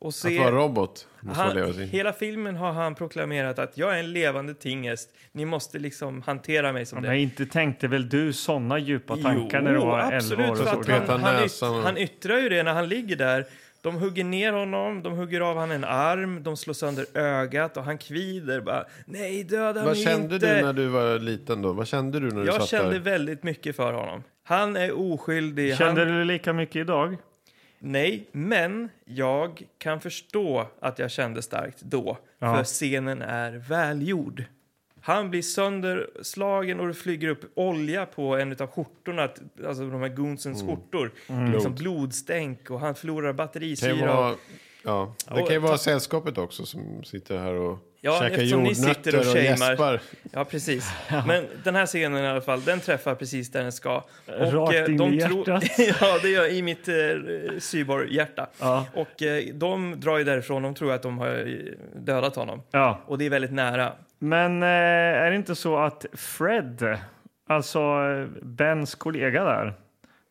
Speaker 3: Och
Speaker 2: Att
Speaker 3: se,
Speaker 2: vara robot måste man leva
Speaker 3: Han,
Speaker 2: sig.
Speaker 3: hela filmen har han proklamerat att jag är en levande tingest. Ni måste liksom hantera mig som
Speaker 1: Men
Speaker 3: det.
Speaker 1: inte tänkte väl du sådana djupa tankar
Speaker 3: Jo,
Speaker 1: när du var 11 år?
Speaker 3: absolut.
Speaker 1: och
Speaker 3: För
Speaker 1: såg
Speaker 3: att
Speaker 1: den?
Speaker 2: Peta
Speaker 3: han, han,
Speaker 2: näsan
Speaker 3: yt,
Speaker 2: och-
Speaker 3: han yttrar ju det när han ligger där. De hugger ner honom, de hugger av han en arm, de slår sönder ögat och han kvider. Bara, Nej, döda
Speaker 2: Vad
Speaker 3: mig
Speaker 2: kände
Speaker 3: inte.
Speaker 2: du när du var liten då? Vad kände du när du
Speaker 3: jag
Speaker 2: satt
Speaker 3: kände
Speaker 2: där?
Speaker 3: väldigt mycket för honom. Han är oskyldig.
Speaker 1: Kände
Speaker 3: han,
Speaker 1: du lika mycket idag?
Speaker 3: Nej, men jag kan förstå att jag kände starkt då, för scenen är välgjord. Han blir sönderslagen och det flyger upp olja på en av skjortorna, att- alltså de här goonsens skjortor. Liksom blodstänk och han förlorar
Speaker 2: Det kan ju
Speaker 3: batterisyra.
Speaker 2: vara, ja. det
Speaker 3: Och
Speaker 2: kan ju
Speaker 3: ta-
Speaker 2: vara sällskapet också som sitter här och
Speaker 3: Ja,
Speaker 2: käkar
Speaker 3: eftersom ni sitter
Speaker 2: jordnötter
Speaker 3: och
Speaker 2: och,
Speaker 3: shamear.
Speaker 2: gäspar.
Speaker 3: Ja, precis. Men den här scenen i alla fall, den träffar precis där den ska. Och,
Speaker 1: Rakt
Speaker 3: eh,
Speaker 1: in
Speaker 3: de
Speaker 1: i
Speaker 3: tror-
Speaker 1: hjärtat.
Speaker 3: [laughs] ja, det gör jag, i mitt eh, cyborg-hjärta. Och eh, de drar ju därifrån, de tror att de har eh, dödat honom.
Speaker 1: Ja.
Speaker 3: Och det är väldigt nära.
Speaker 1: Men eh, är det inte så att Fred, alltså eh, Bens kollega där,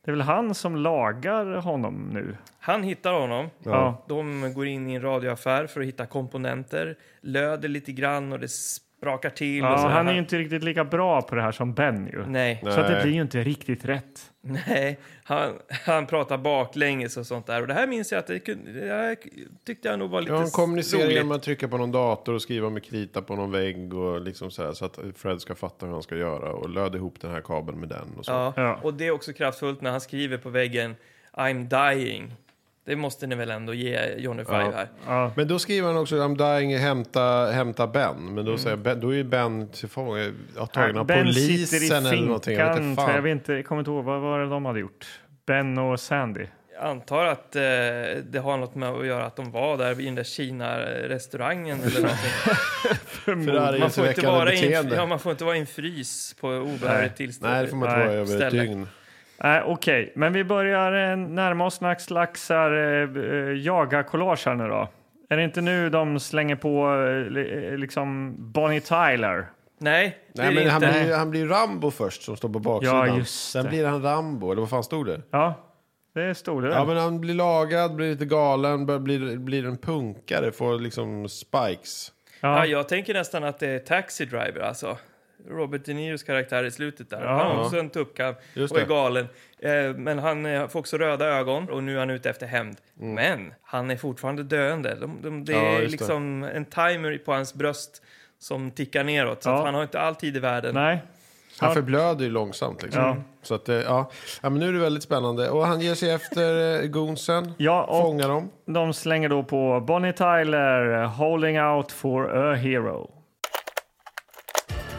Speaker 1: det är väl han som lagar honom nu?
Speaker 3: Han hittar honom.
Speaker 1: Ja.
Speaker 3: De går in i en radioaffär för att hitta komponenter, löder lite grann och det sprakar till.
Speaker 1: Ja,
Speaker 3: och
Speaker 2: Alltså,
Speaker 3: så.
Speaker 1: han är ju inte riktigt lika bra på det här som Ben ju.
Speaker 3: Nej,
Speaker 1: Så att det
Speaker 2: Nej.
Speaker 1: blir ju inte riktigt rätt.
Speaker 3: nej. Han, han pratar baklänges och sånt där. Och det här minns jag att det, kunde, det här tyckte jag nog var lite
Speaker 2: Ja, han kommunicerar
Speaker 3: roligt.
Speaker 2: genom att trycka på någon dator och skriva med krita på någon vägg och liksom så, här, så att Fred ska fatta hur han ska göra och löd ihop den här kabeln med den och så.
Speaker 3: Ja.
Speaker 1: Ja.
Speaker 3: Och det är också kraftfullt när han skriver på väggen I'm dying. Det måste ni väl ändå ge Johnny Five här.
Speaker 2: Men då skriver han också I'm dying, hämta, hämta Ben. Men då,
Speaker 3: Mm.
Speaker 2: säger ben, då är ju Ben tillfånge, ja, tagen av
Speaker 1: ben
Speaker 2: polisen eller någonting. Jag vet inte
Speaker 1: för jag,
Speaker 2: fan.
Speaker 1: vet inte, jag kommer inte ihåg vad var det de hade gjort. Ben och
Speaker 2: [laughs]
Speaker 1: Sandy.
Speaker 3: Jag antar att eh, det har något med att göra att de var där i den där Kina-restaurangen
Speaker 1: [laughs]
Speaker 3: eller någonting. Man får, inte vara i en, ja, man får inte vara i en frys på obehörigt tillstånd.
Speaker 2: Nej, det får man inte
Speaker 1: Nej,
Speaker 2: vara över ett
Speaker 3: ställe.
Speaker 2: dygn.
Speaker 1: Nej, Okej, men vi börjar eh, närma oss när Slax eh, eh, jagar collage här nu då. Är det inte nu de slänger på eh, li- eh, liksom Bonnie Tyler?
Speaker 3: Nej, det
Speaker 2: Nej,
Speaker 3: är
Speaker 2: men
Speaker 3: det
Speaker 2: han
Speaker 3: inte.
Speaker 2: blir, han blir Rambo först som står på baksidan.
Speaker 1: Ja, just
Speaker 2: Sen
Speaker 1: det.
Speaker 2: blir han Rambo, eller vad fan stod det?
Speaker 1: Ja, det stod det.
Speaker 2: Ja,
Speaker 1: väl.
Speaker 2: men han blir lagad, blir lite galen, bör- blir, blir en punkare, får liksom spikes.
Speaker 3: Ja,
Speaker 1: ja,
Speaker 3: jag tänker nästan att det är Taxi Driver, alltså. Robert De Niros karaktär i slutet där. Han har också en tuppkam
Speaker 2: Just
Speaker 3: och är
Speaker 2: det.
Speaker 3: galen. Eh, Men han eh, får också röda ögon och nu är han ute efter hämnd. Men han är fortfarande döende. De, de, det
Speaker 2: Mm. Ja,
Speaker 3: är
Speaker 2: just det.
Speaker 3: liksom en timer på hans bröst som tickar neråt. Så
Speaker 1: Ja.
Speaker 3: att han har inte all tid i världen.
Speaker 1: Nej,
Speaker 2: Han förblöder ju långsamt liksom.
Speaker 1: Ja.
Speaker 2: Så att, eh, ja. ja, men nu är det väldigt spännande. Och han ger sig efter eh, Goonsen,
Speaker 1: Ja, och-
Speaker 2: fångar dem.
Speaker 1: de slänger då på Bonnie Tyler, eh, Holding Out for a Hero.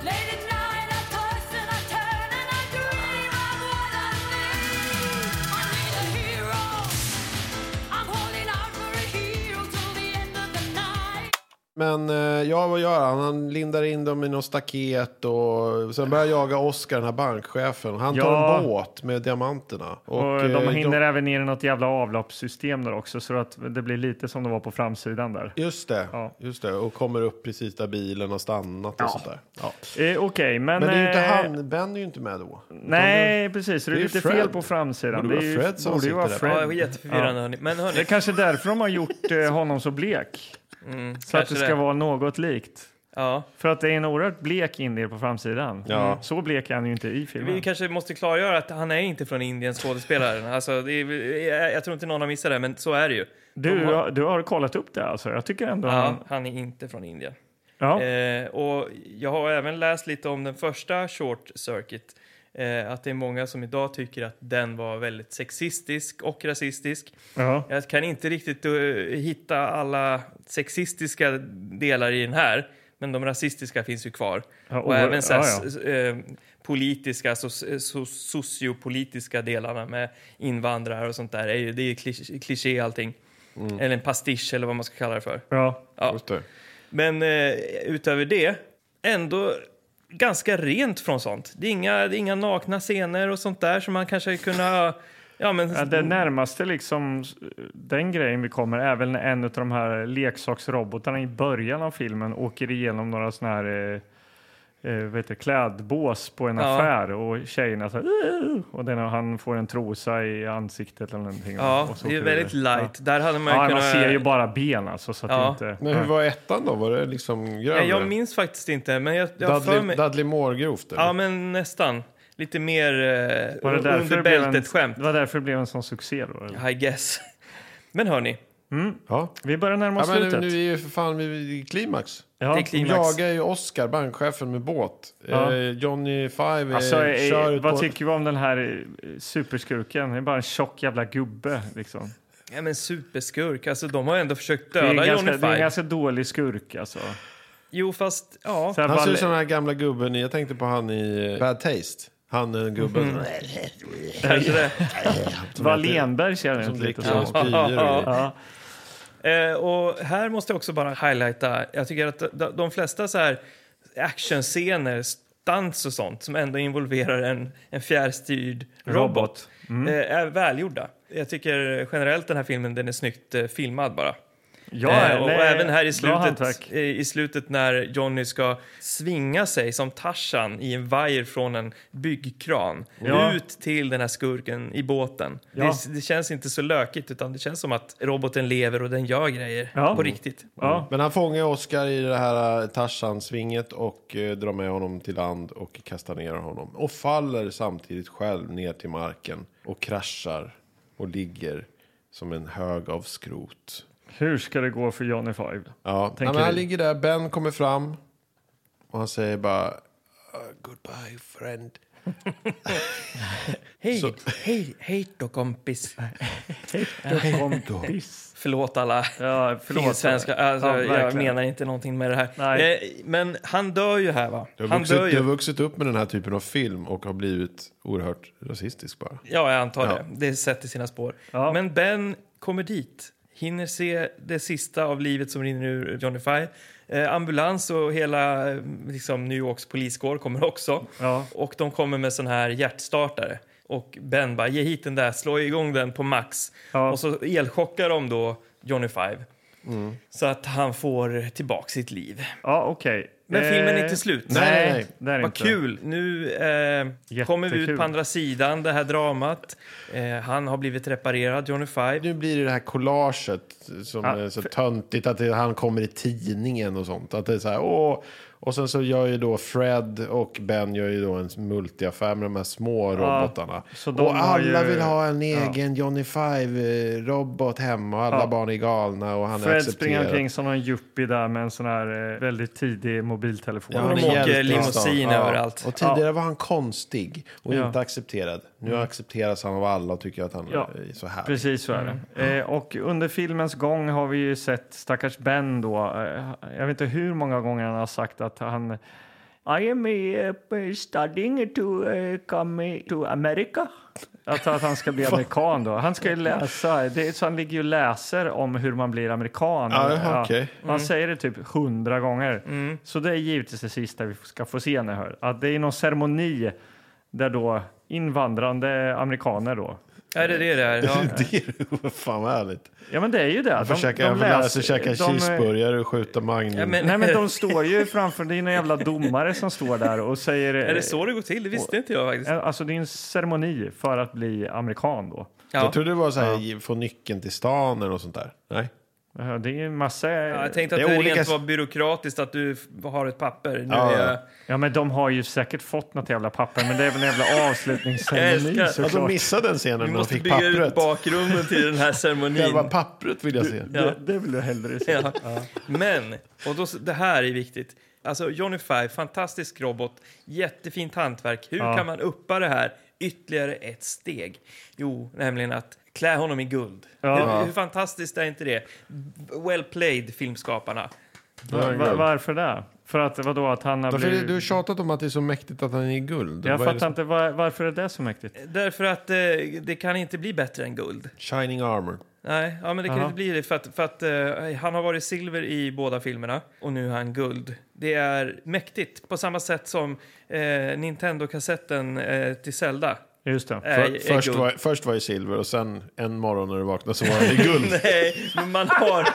Speaker 9: Late at night, I toss and I turn and I dream of what I need. I need a hero. I'm holding out for a hero till the end of the night.
Speaker 2: Men eh, ja, vad gör han? Han lindar in dem i något staket och sen börjar jaga Oscar, den här bankchefen. Han tar
Speaker 1: Ja.
Speaker 2: en båt med diamanterna. Och,
Speaker 1: Och
Speaker 2: eh,
Speaker 1: de hinner även ner i något jävla avloppssystem där också så att det blir lite som det var på framsidan där.
Speaker 2: Just det,
Speaker 1: Ja.
Speaker 2: just det. Och kommer upp precis där bilen har stannat och sånt där. Ja.
Speaker 1: Eh, Okej, men...
Speaker 2: Men det är ju
Speaker 1: eh,
Speaker 2: inte han, Ben är ju inte med då.
Speaker 1: Nej, precis. Det är
Speaker 2: det är
Speaker 1: lite
Speaker 2: Fred.
Speaker 1: fel på framsidan.
Speaker 2: Borde vara
Speaker 1: är ju-
Speaker 2: Fred som
Speaker 1: borde ju
Speaker 2: sitter
Speaker 1: vara
Speaker 2: där.
Speaker 1: Fred.
Speaker 3: Ja, det var jätteförvirrande, hörni. Men
Speaker 1: Det är
Speaker 3: hörni,
Speaker 1: kanske därför de har gjort
Speaker 3: [laughs]
Speaker 1: eh, honom så blek. så att
Speaker 3: kanske
Speaker 1: det ska
Speaker 3: det.
Speaker 1: vara något likt.
Speaker 3: ja.
Speaker 1: För att det är en oerhört blek indier på framsidan.
Speaker 2: Ja.
Speaker 1: Så blek är han ju inte i filmen.
Speaker 3: Vi kanske måste klargöra att han är inte från Indien, skådespelaren. Alltså, det är, jag- jag tror inte någon har missat det, men så är det ju.
Speaker 1: Du, har... du har kollat upp det alltså? Jag tycker ändå...
Speaker 3: Ja,
Speaker 1: han-
Speaker 3: han är inte från Indien.
Speaker 1: Ja.
Speaker 3: Eh, och jag har även läst lite om den första Short Circuit. Eh, att det är många som idag tycker att den var väldigt sexistisk och rasistisk.
Speaker 1: Ja.
Speaker 3: Jag kan inte riktigt eh, hitta alla sexistiska delar i den här, men de rasistiska finns ju kvar.
Speaker 1: Ja,
Speaker 3: och
Speaker 1: oer-
Speaker 3: även så här,
Speaker 1: ja, ja.
Speaker 3: s- eh, politiska, so, so, sociopolitiska delarna med invandrare och sånt där, är ju, det är ju klisch- kliché allting.
Speaker 1: Mm.
Speaker 3: Eller en pastisch eller vad man ska kalla det för.
Speaker 1: ja.
Speaker 3: Ja.
Speaker 2: Just det.
Speaker 3: Men eh, utöver det, ändå ganska rent från sånt. Det är inga, det är inga nakna scener och sånt där som man kanske kunde... Ja, men,
Speaker 1: Ja, Det närmaste liksom s- den grejen vi kommer är väl när en av de här leksaksrobotarna i början av filmen åker igenom några såna här eh, eh, vad heter, det, klädbås på en
Speaker 3: Ja.
Speaker 1: affär och tjejerna så här, "Åh!" och den, han får en trosa i ansiktet eller någonting.
Speaker 3: ja,
Speaker 1: och så
Speaker 3: det är
Speaker 1: åker
Speaker 3: väldigt
Speaker 1: vidare.
Speaker 3: light. Där hade
Speaker 1: Ja.
Speaker 3: man ju
Speaker 1: Ja, man
Speaker 3: kunnat...
Speaker 1: ser ju bara ben alltså. Så att
Speaker 3: Ja.
Speaker 1: det inte,
Speaker 2: Men hur var ettan då? Var det liksom grövre?
Speaker 3: Nej, jag minns faktiskt inte, men jag, jag har för
Speaker 2: Dudley,
Speaker 3: mig...
Speaker 2: Dudley Moore grovt? eller?
Speaker 3: Ja, men nästan. Lite mer eh,
Speaker 1: var det därför
Speaker 3: under
Speaker 1: det blev en,
Speaker 3: bältet-skämt,
Speaker 1: Det var därför det blev en sån succé då? Eller?
Speaker 3: I guess. [laughs] Men hörni,
Speaker 2: ja.
Speaker 1: Vi börjar närma
Speaker 2: Ja,
Speaker 1: oss
Speaker 2: men nu,
Speaker 1: slutet.
Speaker 2: nu är ju för fan vi i klimax.
Speaker 1: ja.
Speaker 3: det är
Speaker 2: De
Speaker 3: klimax.
Speaker 2: jagar ju Oscar, bankchefen, med båt.
Speaker 1: Ja.
Speaker 2: Eh, Johnny Five eh,
Speaker 1: Alltså, eh,
Speaker 2: kör ut
Speaker 1: vad
Speaker 2: på-
Speaker 1: tycker vi om den här eh, superskurken? Det är bara en tjock jävla gubbe. Liksom.
Speaker 3: Ja, men superskurk. Alltså, de har ändå försökt
Speaker 1: Det, är en
Speaker 3: döda Johnny
Speaker 1: ganska, det är en
Speaker 3: Five.
Speaker 1: ganska dålig skurk. Alltså.
Speaker 3: Jo, fast... Ja.
Speaker 1: Så här,
Speaker 2: Han ser
Speaker 1: bara-
Speaker 2: ut som den här gamla gubben i, jag tänkte på han i eh, Bad Taste. Han eh, gubben
Speaker 3: Mm. Kanske det.
Speaker 1: Wallenberg ser han
Speaker 2: som
Speaker 1: ut lite
Speaker 2: dricker
Speaker 1: som.
Speaker 2: som spyor och grejer.
Speaker 1: Ja.
Speaker 3: Eh, och här måste jag också bara highlighta, jag tycker att de, de flesta så här actionscener, stans och sånt som ändå involverar en, en fjärrstyrd robot,
Speaker 1: Robot.
Speaker 3: eh, är välgjorda. Jag tycker generellt den här filmen den är snyggt eh, filmad bara.
Speaker 1: Ja,
Speaker 3: eh, och,
Speaker 1: nej,
Speaker 3: även här i
Speaker 1: Bra
Speaker 3: slutet,
Speaker 1: hantverk.
Speaker 3: eh, i slutet när Johnny ska svinga sig som Tarzan i en vajer från en byggkran
Speaker 1: Ja.
Speaker 3: ut till den här skurken i båten.
Speaker 1: Ja.
Speaker 3: Det, det känns inte så lökigt utan det känns som att roboten lever och den gör grejer
Speaker 1: Ja.
Speaker 3: på riktigt.
Speaker 1: Ja.
Speaker 2: Men han fångar Oscar i det här eh, Tarzan-svinget och eh, drar med honom till land och kastar ner honom. Och faller samtidigt själv ner till marken och kraschar och ligger som en hög av skrot.
Speaker 1: Hur ska det gå för Johnny Five?
Speaker 2: Ja,
Speaker 1: Tänker
Speaker 2: Nej, men han
Speaker 1: vi.
Speaker 2: ligger där, Ben kommer fram och han säger bara "Uh, "Ah, Goodbye friend.
Speaker 3: Hej, hej, hej då kompis.
Speaker 1: Piss.
Speaker 3: Förlåt alla
Speaker 1: Ja, [laughs] förlåt.
Speaker 3: svenska. Alltså,
Speaker 1: Ja,
Speaker 3: jag
Speaker 1: verkligen.
Speaker 3: menar inte någonting med det här.
Speaker 1: Nej.
Speaker 3: Eh, men han dör ju här va?
Speaker 2: Du har,
Speaker 3: han
Speaker 2: vuxit,
Speaker 3: dör
Speaker 2: du
Speaker 3: ju.
Speaker 2: har vuxit upp med den här typen av film och har blivit oerhört rasistisk bara.
Speaker 3: Ja, jag antar
Speaker 2: Ja.
Speaker 3: det. Det sätter sina spår.
Speaker 1: Ja.
Speaker 3: Men Ben kommer dit, hinner se det sista av livet som rinner ur Johnny Five. Eh, ambulans och hela eh, liksom, New Yorks poliskår kommer också.
Speaker 1: Ja.
Speaker 3: Och de kommer med sån här hjärtstartare. Och Ben bara, ge hit den där, slå igång den på max.
Speaker 1: Ja.
Speaker 3: Och så elchockar de då Johnny Five.
Speaker 1: Mm.
Speaker 3: Så att han får tillbaka sitt liv.
Speaker 1: Ja, okej.
Speaker 3: Men filmen är
Speaker 1: Eh,
Speaker 3: inte slut.
Speaker 1: Nej,
Speaker 2: Nej,
Speaker 1: det är
Speaker 3: Vad
Speaker 1: inte.
Speaker 3: kul! Nu eh, kommer vi ut
Speaker 1: Jättekul.
Speaker 3: på andra sidan det här dramat. Eh, han har blivit reparerad, Johnny Five.
Speaker 2: Nu blir det det här collaget som
Speaker 1: Ja,
Speaker 2: är så töntigt att det, han kommer i tidningen och sånt. Att det är så här, åh. Och sen så gör ju då Fred och Ben gör ju då en multiaffär med de här små robotarna.
Speaker 1: så de
Speaker 2: Och
Speaker 1: har
Speaker 2: alla
Speaker 1: ju-
Speaker 2: vill ha en egen Johnny Five-robot hemma och alla
Speaker 1: Ja.
Speaker 2: barn är galna och han är
Speaker 1: Fred springer
Speaker 2: accepterad.
Speaker 1: omkring som någon yuppie där med en sån här eh, väldigt tidig mobiltelefon.
Speaker 2: Ja,
Speaker 3: Och de
Speaker 2: det är
Speaker 3: åker
Speaker 2: jävligt
Speaker 3: limousin
Speaker 2: konstant.
Speaker 3: överallt.
Speaker 2: Och tidigare var han konstig och
Speaker 1: Ja. Mm.
Speaker 2: inte accepterad. Nu accepteras han av alla och tycker att han
Speaker 1: Ja,
Speaker 2: är eh, så här.
Speaker 1: Precis så är det. Eh, och under filmens gång har vi ju sett stackars Ben då. Eh, jag vet inte hur många gånger han har sagt att han I am eh, studying to eh, come to America. Att, att han ska
Speaker 2: [laughs]
Speaker 1: bli amerikan då. Han ska ju läsa, det, är- så han ligger ju och läser om hur man blir amerikan. Eh,
Speaker 2: Ja, okej.
Speaker 1: Han säger det typ hundra gånger. Så det är givetvis det sista vi ska få se nu. Här. Att det är någon ceremoni där då invandrande amerikaner då
Speaker 3: Ja, det är det där. Ja.
Speaker 2: [laughs] Det är ju fan vad härligt.
Speaker 1: Ja men det är ju det.
Speaker 2: De, försöka, de lära sig käka cheeseburgare och skjuta magnum.
Speaker 3: Ja, men,
Speaker 1: Nej men
Speaker 2: [laughs]
Speaker 1: de står ju framför, det är några jävla domare som står där och säger...
Speaker 3: [laughs] är det så det går till? Det visste inte jag faktiskt.
Speaker 1: Alltså det är en ceremoni för att bli amerikan då.
Speaker 3: Ja.
Speaker 2: Jag trodde det var så här, få nyckeln till stan eller något sånt där. Nej.
Speaker 1: Eh, Det är ju en massa...
Speaker 3: Ja,
Speaker 1: Ja,
Speaker 3: jag tänkte att
Speaker 2: Det
Speaker 3: det,
Speaker 2: är olika-
Speaker 3: rent var byråkratiskt att du f- har ett papper. Nu
Speaker 2: Ja,
Speaker 3: är jag...
Speaker 2: ja.
Speaker 1: men de har ju säkert fått något jävla papper men det är väl en jävla
Speaker 3: [laughs] Jag
Speaker 1: avslutningsceremoni
Speaker 3: älskar-
Speaker 2: Att de
Speaker 1: såklart.
Speaker 2: Alltså, missade den scenen
Speaker 3: Vi
Speaker 2: när de
Speaker 3: måste
Speaker 2: fick
Speaker 3: bygga ut
Speaker 2: pappret.
Speaker 3: bakgrunden till den
Speaker 2: [laughs]
Speaker 3: här
Speaker 2: Själva
Speaker 3: ceremonin.
Speaker 2: pappret vill jag se.
Speaker 1: Det, det vill jag hellre [laughs] se.
Speaker 3: Ja. Men, och då, det här är viktigt. Alltså Johnny Five, fantastisk robot, jättefint hantverk. Hur kan man uppa det här ytterligare ett steg? Jo, nämligen att klä honom i guld.
Speaker 1: Ja.
Speaker 3: Hur, hur fantastiskt är inte det? Well played, filmskaparna.
Speaker 1: Va- Varför det? För att vadå att han har
Speaker 2: Varför är det-
Speaker 1: blivit...
Speaker 2: Du har tjatat om att det är så mäktigt att han är i guld.
Speaker 1: Jag
Speaker 2: Vad är
Speaker 1: fattar
Speaker 2: det som-
Speaker 1: inte var, varför är det så mäktigt?
Speaker 3: Därför att eh, det kan inte bli bättre än guld.
Speaker 2: Shining armor.
Speaker 3: Nej, ja, men det kan
Speaker 1: Jaha.
Speaker 3: inte bli det. För att, för att eh, han har varit silver i båda filmerna och nu är han guld. Det är mäktigt, på samma sätt som eh, Nintendo-kassetten eh, till Zelda.
Speaker 1: Just det.
Speaker 3: är- är
Speaker 2: För, först,
Speaker 3: guld.
Speaker 2: var, först var jag i silver och sen en morgon när du vaknade så var han i guld.
Speaker 3: [laughs] [laughs] Nej, men man har...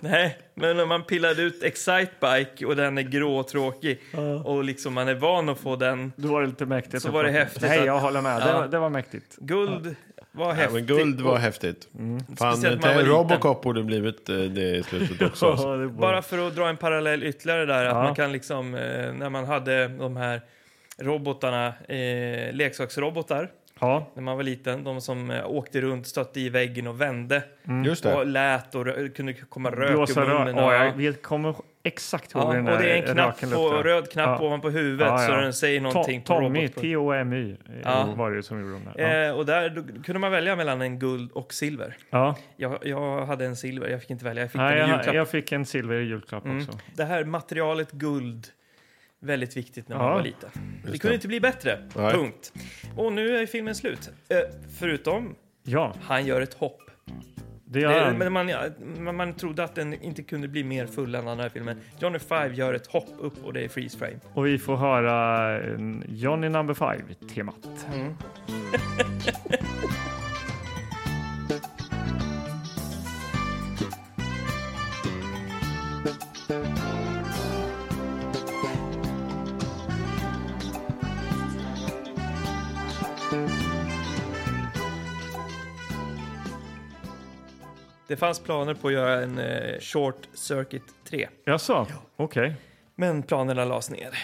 Speaker 3: Nej, men om man pillade ut Excitebike och den är grå och tråkig och liksom man är van att få den.
Speaker 1: Då var det lite mäktigt.
Speaker 3: Så var det häftigt
Speaker 1: Nej
Speaker 3: att-
Speaker 1: jag håller med, det,
Speaker 3: Ja.
Speaker 1: var, det var mäktigt.
Speaker 3: Guld var
Speaker 2: Ja,
Speaker 3: häftigt.
Speaker 2: men guld var häftigt. Fan,
Speaker 3: Speciellt när
Speaker 2: tänk-
Speaker 3: man var liten.
Speaker 2: Robocop borde blivit eh, det i slutet
Speaker 1: [laughs]
Speaker 2: också. alltså.
Speaker 1: det var-
Speaker 3: Bara för att dra en parallell ytterligare där, att
Speaker 1: Mm. Ja.
Speaker 3: man kan liksom, eh, när man hade de här robotarna, eh, leksaksrobotar,
Speaker 1: Ja.
Speaker 3: när man var liten, de som eh, åkte runt, stötte i väggen och vände
Speaker 2: Just
Speaker 3: och
Speaker 2: det.
Speaker 3: lät och rö- kunde komma rök
Speaker 1: Blåsa
Speaker 3: ur
Speaker 1: rör.
Speaker 3: munnen.
Speaker 1: Ja,
Speaker 3: Ja.
Speaker 1: jag vet- kommer exakt ihåg hur
Speaker 3: Ja, och
Speaker 1: den där
Speaker 3: det är en knapp
Speaker 1: raken
Speaker 3: på,
Speaker 1: luktar.
Speaker 3: röd knapp
Speaker 1: Ja.
Speaker 3: ovanpå huvudet
Speaker 1: Ja,
Speaker 3: så
Speaker 1: ja.
Speaker 3: den säger någonting
Speaker 1: To-
Speaker 3: på
Speaker 1: Tommy,
Speaker 3: robot.
Speaker 1: T-O-M-Y,
Speaker 3: Ja.
Speaker 1: eh, var det ju som gjorde de där. Ja.
Speaker 3: Eh, och där då, kunde man välja mellan en guld och silver.
Speaker 1: ja.
Speaker 3: Jag, jag hade en silver, jag fick inte välja. Jag fick
Speaker 1: Nej,
Speaker 3: den i
Speaker 1: jag,
Speaker 3: julklapp. Mm.
Speaker 1: jag fick en silver i julklapp också.
Speaker 3: Det här materialet guld, väldigt viktigt när man
Speaker 1: Ja.
Speaker 3: var liten. Det kunde inte bli bättre.
Speaker 2: Nej.
Speaker 3: Punkt. Och nu är filmen slut. Eh, förutom,
Speaker 1: Ja,
Speaker 3: han gör ett hopp.
Speaker 1: det
Speaker 3: Det,
Speaker 1: gör han.
Speaker 3: men man, man, man trodde att den inte kunde bli mer fulländad den här filmen. Johnny Five gör ett hopp upp och det är freeze frame.
Speaker 1: Och vi får höra eh, Johnny number five-temat.
Speaker 3: Det fanns planer på att göra en eh, Short Circuit 3.
Speaker 1: Jaså? Okej.
Speaker 3: Men planerna lades ner.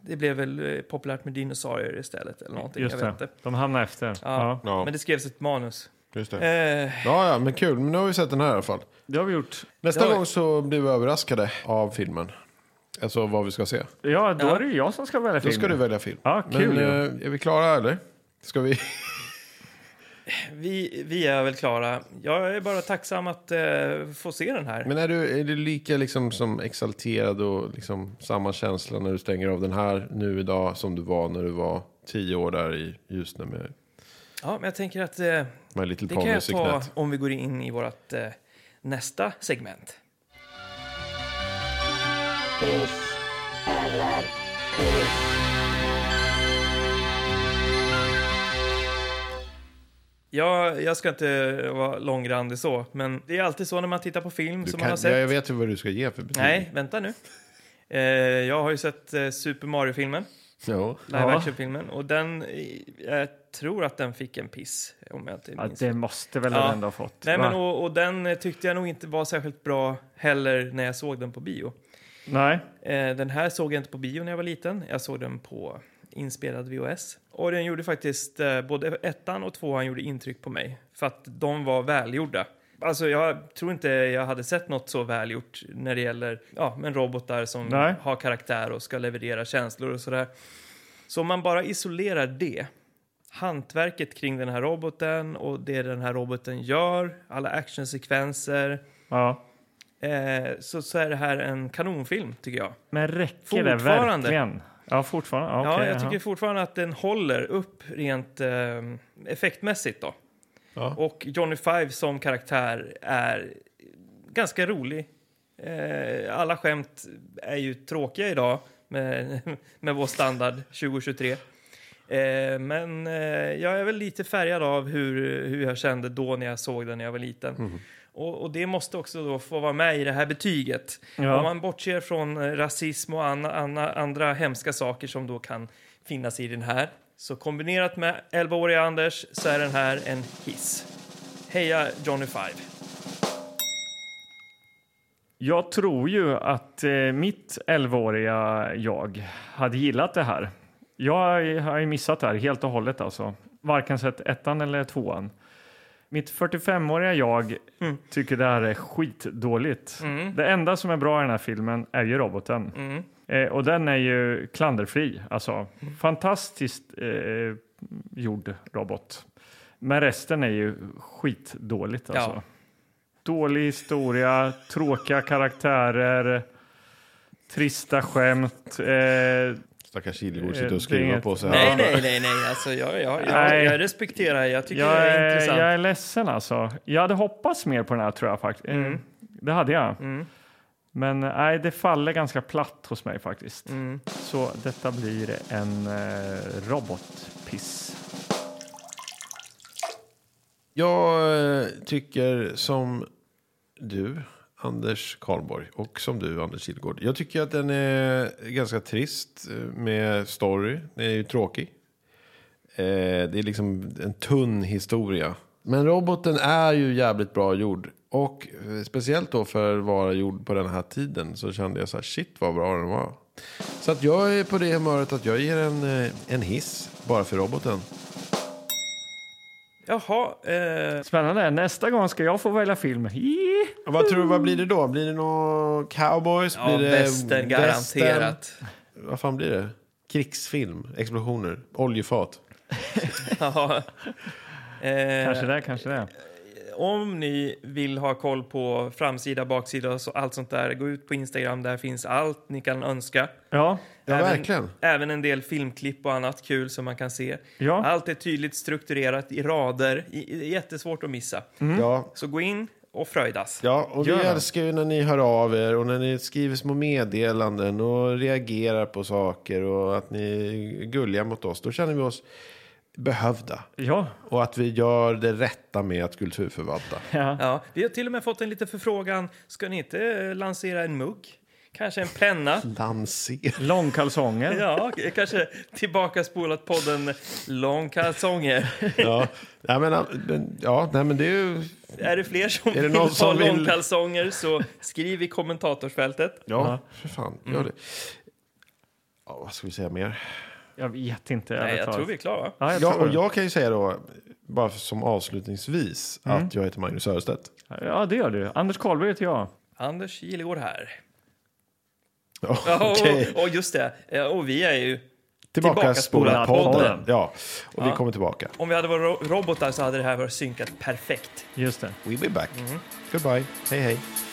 Speaker 3: Det blev väl eh, populärt med dinosaurier istället eller någonting.
Speaker 1: Just
Speaker 3: jag vet
Speaker 1: det.
Speaker 3: inte.
Speaker 1: De hamnar efter.
Speaker 3: Ja.
Speaker 1: Ja.
Speaker 2: Ja.
Speaker 3: Men det skrevs ett manus.
Speaker 2: Just
Speaker 3: Eh,
Speaker 2: det. Ja, ja, men kul. Men nu har vi sett den här i alla fall.
Speaker 1: Det har vi gjort.
Speaker 2: Nästa
Speaker 3: Ja.
Speaker 2: gång så blir vi överraskade av filmen. Alltså vad vi ska se.
Speaker 1: Ja, då
Speaker 3: Ja.
Speaker 1: är det ju jag som ska välja
Speaker 2: Då
Speaker 1: film.
Speaker 2: ska du välja film.
Speaker 1: Ja, kul,
Speaker 2: Men eh, är vi klara eller? Ska vi? [laughs]
Speaker 3: Vi, vi är väl klara. Jag är bara tacksam att eh, få se den här.
Speaker 2: Men är du, är du lika liksom som exalterad och liksom samma känsla när du stänger av den här nu idag som du var när du var tio år där i Ljusne med
Speaker 3: Ja, men jag tänker att eh,
Speaker 2: My Little
Speaker 3: det kan jag
Speaker 2: Ponies i
Speaker 3: ta
Speaker 2: knät?
Speaker 3: om vi går in i vårt eh, nästa segment. Ja, jag ska inte vara långrandig så, men det är alltid så när man tittar på film
Speaker 2: Du
Speaker 3: som
Speaker 2: kan,
Speaker 3: man har
Speaker 2: ja,
Speaker 3: sett.
Speaker 2: jag vet ju vad du ska ge för betyg.
Speaker 3: Nej, vänta nu. Eh, jag har ju sett eh, Super Mario-filmen,
Speaker 2: Ja.
Speaker 3: live
Speaker 1: Ja.
Speaker 3: action-filmen, och den, eh, jag tror att den fick en piss, om jag inte
Speaker 1: Ja,
Speaker 3: minns
Speaker 1: det måste väl
Speaker 3: Ja.
Speaker 1: den ändå ha fått?
Speaker 3: Nej,
Speaker 1: va?
Speaker 3: men och, och den eh, tyckte jag nog inte var särskilt bra heller när jag såg den på bio.
Speaker 1: Nej.
Speaker 3: Eh, den här såg jag inte på bio när jag var liten. Jag såg den på inspelad VHS. Och den gjorde faktiskt, eh, både ettan och tvåan gjorde intryck på mig. För att de var välgjorda. Alltså jag tror inte jag hade sett något så välgjort när det gäller ja, men robotar som
Speaker 1: Nej.
Speaker 3: har karaktär och ska leverera känslor och sådär. Så om man bara isolerar det, hantverket kring den här roboten och det den här roboten gör, alla actionsekvenser,
Speaker 1: Ja.
Speaker 3: eh, så, så är det här en kanonfilm tycker jag.
Speaker 1: Men räcker det
Speaker 3: Fortfarande.
Speaker 1: verkligen? Ja, fortfarande. Ja,
Speaker 3: ja,
Speaker 1: okej,
Speaker 3: jag
Speaker 1: ja.
Speaker 3: tycker fortfarande att den håller upp rent eh, effektmässigt då.
Speaker 2: Ja.
Speaker 3: Och Johnny Five som karaktär är ganska rolig. Eh, alla skämt är ju tråkiga idag med, [laughs] med vår standard 2023. Eh, men eh, jag är väl lite färgad av hur, hur jag kände då när jag såg den när jag var liten.
Speaker 1: Mm.
Speaker 3: Och, och det måste också då få vara med i det här betyget.
Speaker 1: Ja.
Speaker 3: Om man bortser från eh, rasism och anna, anna, andra hemska saker som då kan finnas i den här. Så kombinerat med 11-åriga Anders så är den här en hiss. Heja Johnny Five!
Speaker 1: Jag tror ju att eh, mitt 11-åriga jag hade gillat det här. Jag har ju missat det här helt och hållet alltså. Varken sett ettan eller tvåan. Mitt 45-åriga jag tycker det här är skitdåligt. Det enda som är bra i den här filmen är ju roboten. Eh, och den är ju klanderfri. Alltså, fantastiskt eh, gjord robot. Men resten är ju skitdåligt alltså.
Speaker 3: Ja.
Speaker 1: Dålig historia, tråkiga karaktärer, trista skämt. Eh,
Speaker 2: Stackars Kilgård sitter
Speaker 1: Eh,
Speaker 2: och skriver
Speaker 1: inget.
Speaker 2: på så
Speaker 3: Nej,
Speaker 2: här.
Speaker 3: nej, nej, nej. Alltså, jag, jag, jag,
Speaker 1: Nej.
Speaker 3: jag respekterar, jag tycker
Speaker 1: jag,
Speaker 3: det är
Speaker 1: är,
Speaker 3: intressant.
Speaker 1: jag är ledsen alltså. Jag hade hoppats mer på den här tror jag faktiskt. Eh,
Speaker 3: Mm.
Speaker 1: Det hade jag. Men eh, nej, det faller ganska platt hos mig faktiskt.
Speaker 3: Mm.
Speaker 1: Så detta blir en eh, robotpiss.
Speaker 2: Jag eh, tycker som du, Anders Karlborg, och som du, Anders Kilgård. Jag tycker att den är ganska trist eh, med story. Den är ju tråkig. Eh, Det är liksom en tunn historia. Men roboten är ju jävligt bra gjord. Och eh, speciellt då för att vara gjord på den här tiden så kände jag så här, shit vad bra den var. Så att jag är på det humöret att jag ger en, eh, en hiss bara för roboten.
Speaker 3: Jaha, eh,
Speaker 1: Spännande. Nästa gång ska jag få välja film. Hi!
Speaker 2: Vad tror du, vad blir det då? Blir det någon cowboys?
Speaker 3: ja,
Speaker 2: blir det [laughs]
Speaker 3: västern garanterat.
Speaker 2: western? Vad fan blir det? Krigsfilm, explosioner, oljefat.
Speaker 3: Ja. eh,
Speaker 1: Kanske det, kanske det.
Speaker 3: om ni vill ha koll på framsida, baksida och så, allt sånt där, gå ut på Instagram, där finns allt ni kan önska.
Speaker 1: Ja,
Speaker 2: Ja,
Speaker 3: Även-
Speaker 2: verkligen.
Speaker 3: Även en del filmklipp och annat kul som man kan se.
Speaker 1: Ja.
Speaker 3: Allt är tydligt strukturerat i rader, I, i- jättesvårt att missa.
Speaker 2: Ja.
Speaker 3: Så gå in och fröjdas.
Speaker 2: Mm. Ja, och vi
Speaker 1: Gör det.
Speaker 2: älskar ju när ni hör av er och när ni skriver små meddelanden och reagerar på saker och att ni är gulliga mot oss. Då känner vi oss behövda
Speaker 1: ja.
Speaker 2: och att vi gör det rätta med att kulturförvalta.
Speaker 1: ja.
Speaker 3: Ja, vi har till och med fått en liten förfrågan. Ska ni inte eh, lansera en mugg? Kanske en
Speaker 2: [laughs]
Speaker 3: penna?
Speaker 2: Lansera.
Speaker 1: [laughs] Långkalsonger.
Speaker 3: [laughs] Ja, k- kanske tillbaka spolat podden Långkalsonger.
Speaker 2: Ja, ja, men, men- ja nej, men det är ju...
Speaker 3: Är det fler som
Speaker 2: det
Speaker 3: vill
Speaker 2: någon
Speaker 3: ha
Speaker 2: som vill-
Speaker 3: långkalsonger så skriv i kommentatorsfältet.
Speaker 2: Ja, för fan. Gör det. Ja, vad ska vi säga mer?
Speaker 1: Jag vet inte.
Speaker 3: Nej,
Speaker 1: ärligt
Speaker 3: jag
Speaker 1: talat.
Speaker 3: tror vi är klara. va?
Speaker 1: Ja, jag
Speaker 2: Ja,
Speaker 1: tror
Speaker 2: och
Speaker 1: det.
Speaker 2: jag kan ju säga då, bara för- som avslutningsvis, att jag heter Magnus Sörestedt.
Speaker 1: ja, det gör du. Anders Karlberg heter jag.
Speaker 3: Anders Gilegård här. Ja,
Speaker 2: [laughs] Okej.
Speaker 3: och, och just det. Eh, Och vi är ju...
Speaker 2: Tillbaka spola podden.
Speaker 1: podden.
Speaker 2: Ja, och vi kommer tillbaka.
Speaker 3: Om vi hade varit ro- robotar så hade det här varit synkat perfekt.
Speaker 1: Just det.
Speaker 2: We'll be back. Goodbye. Hej, hej.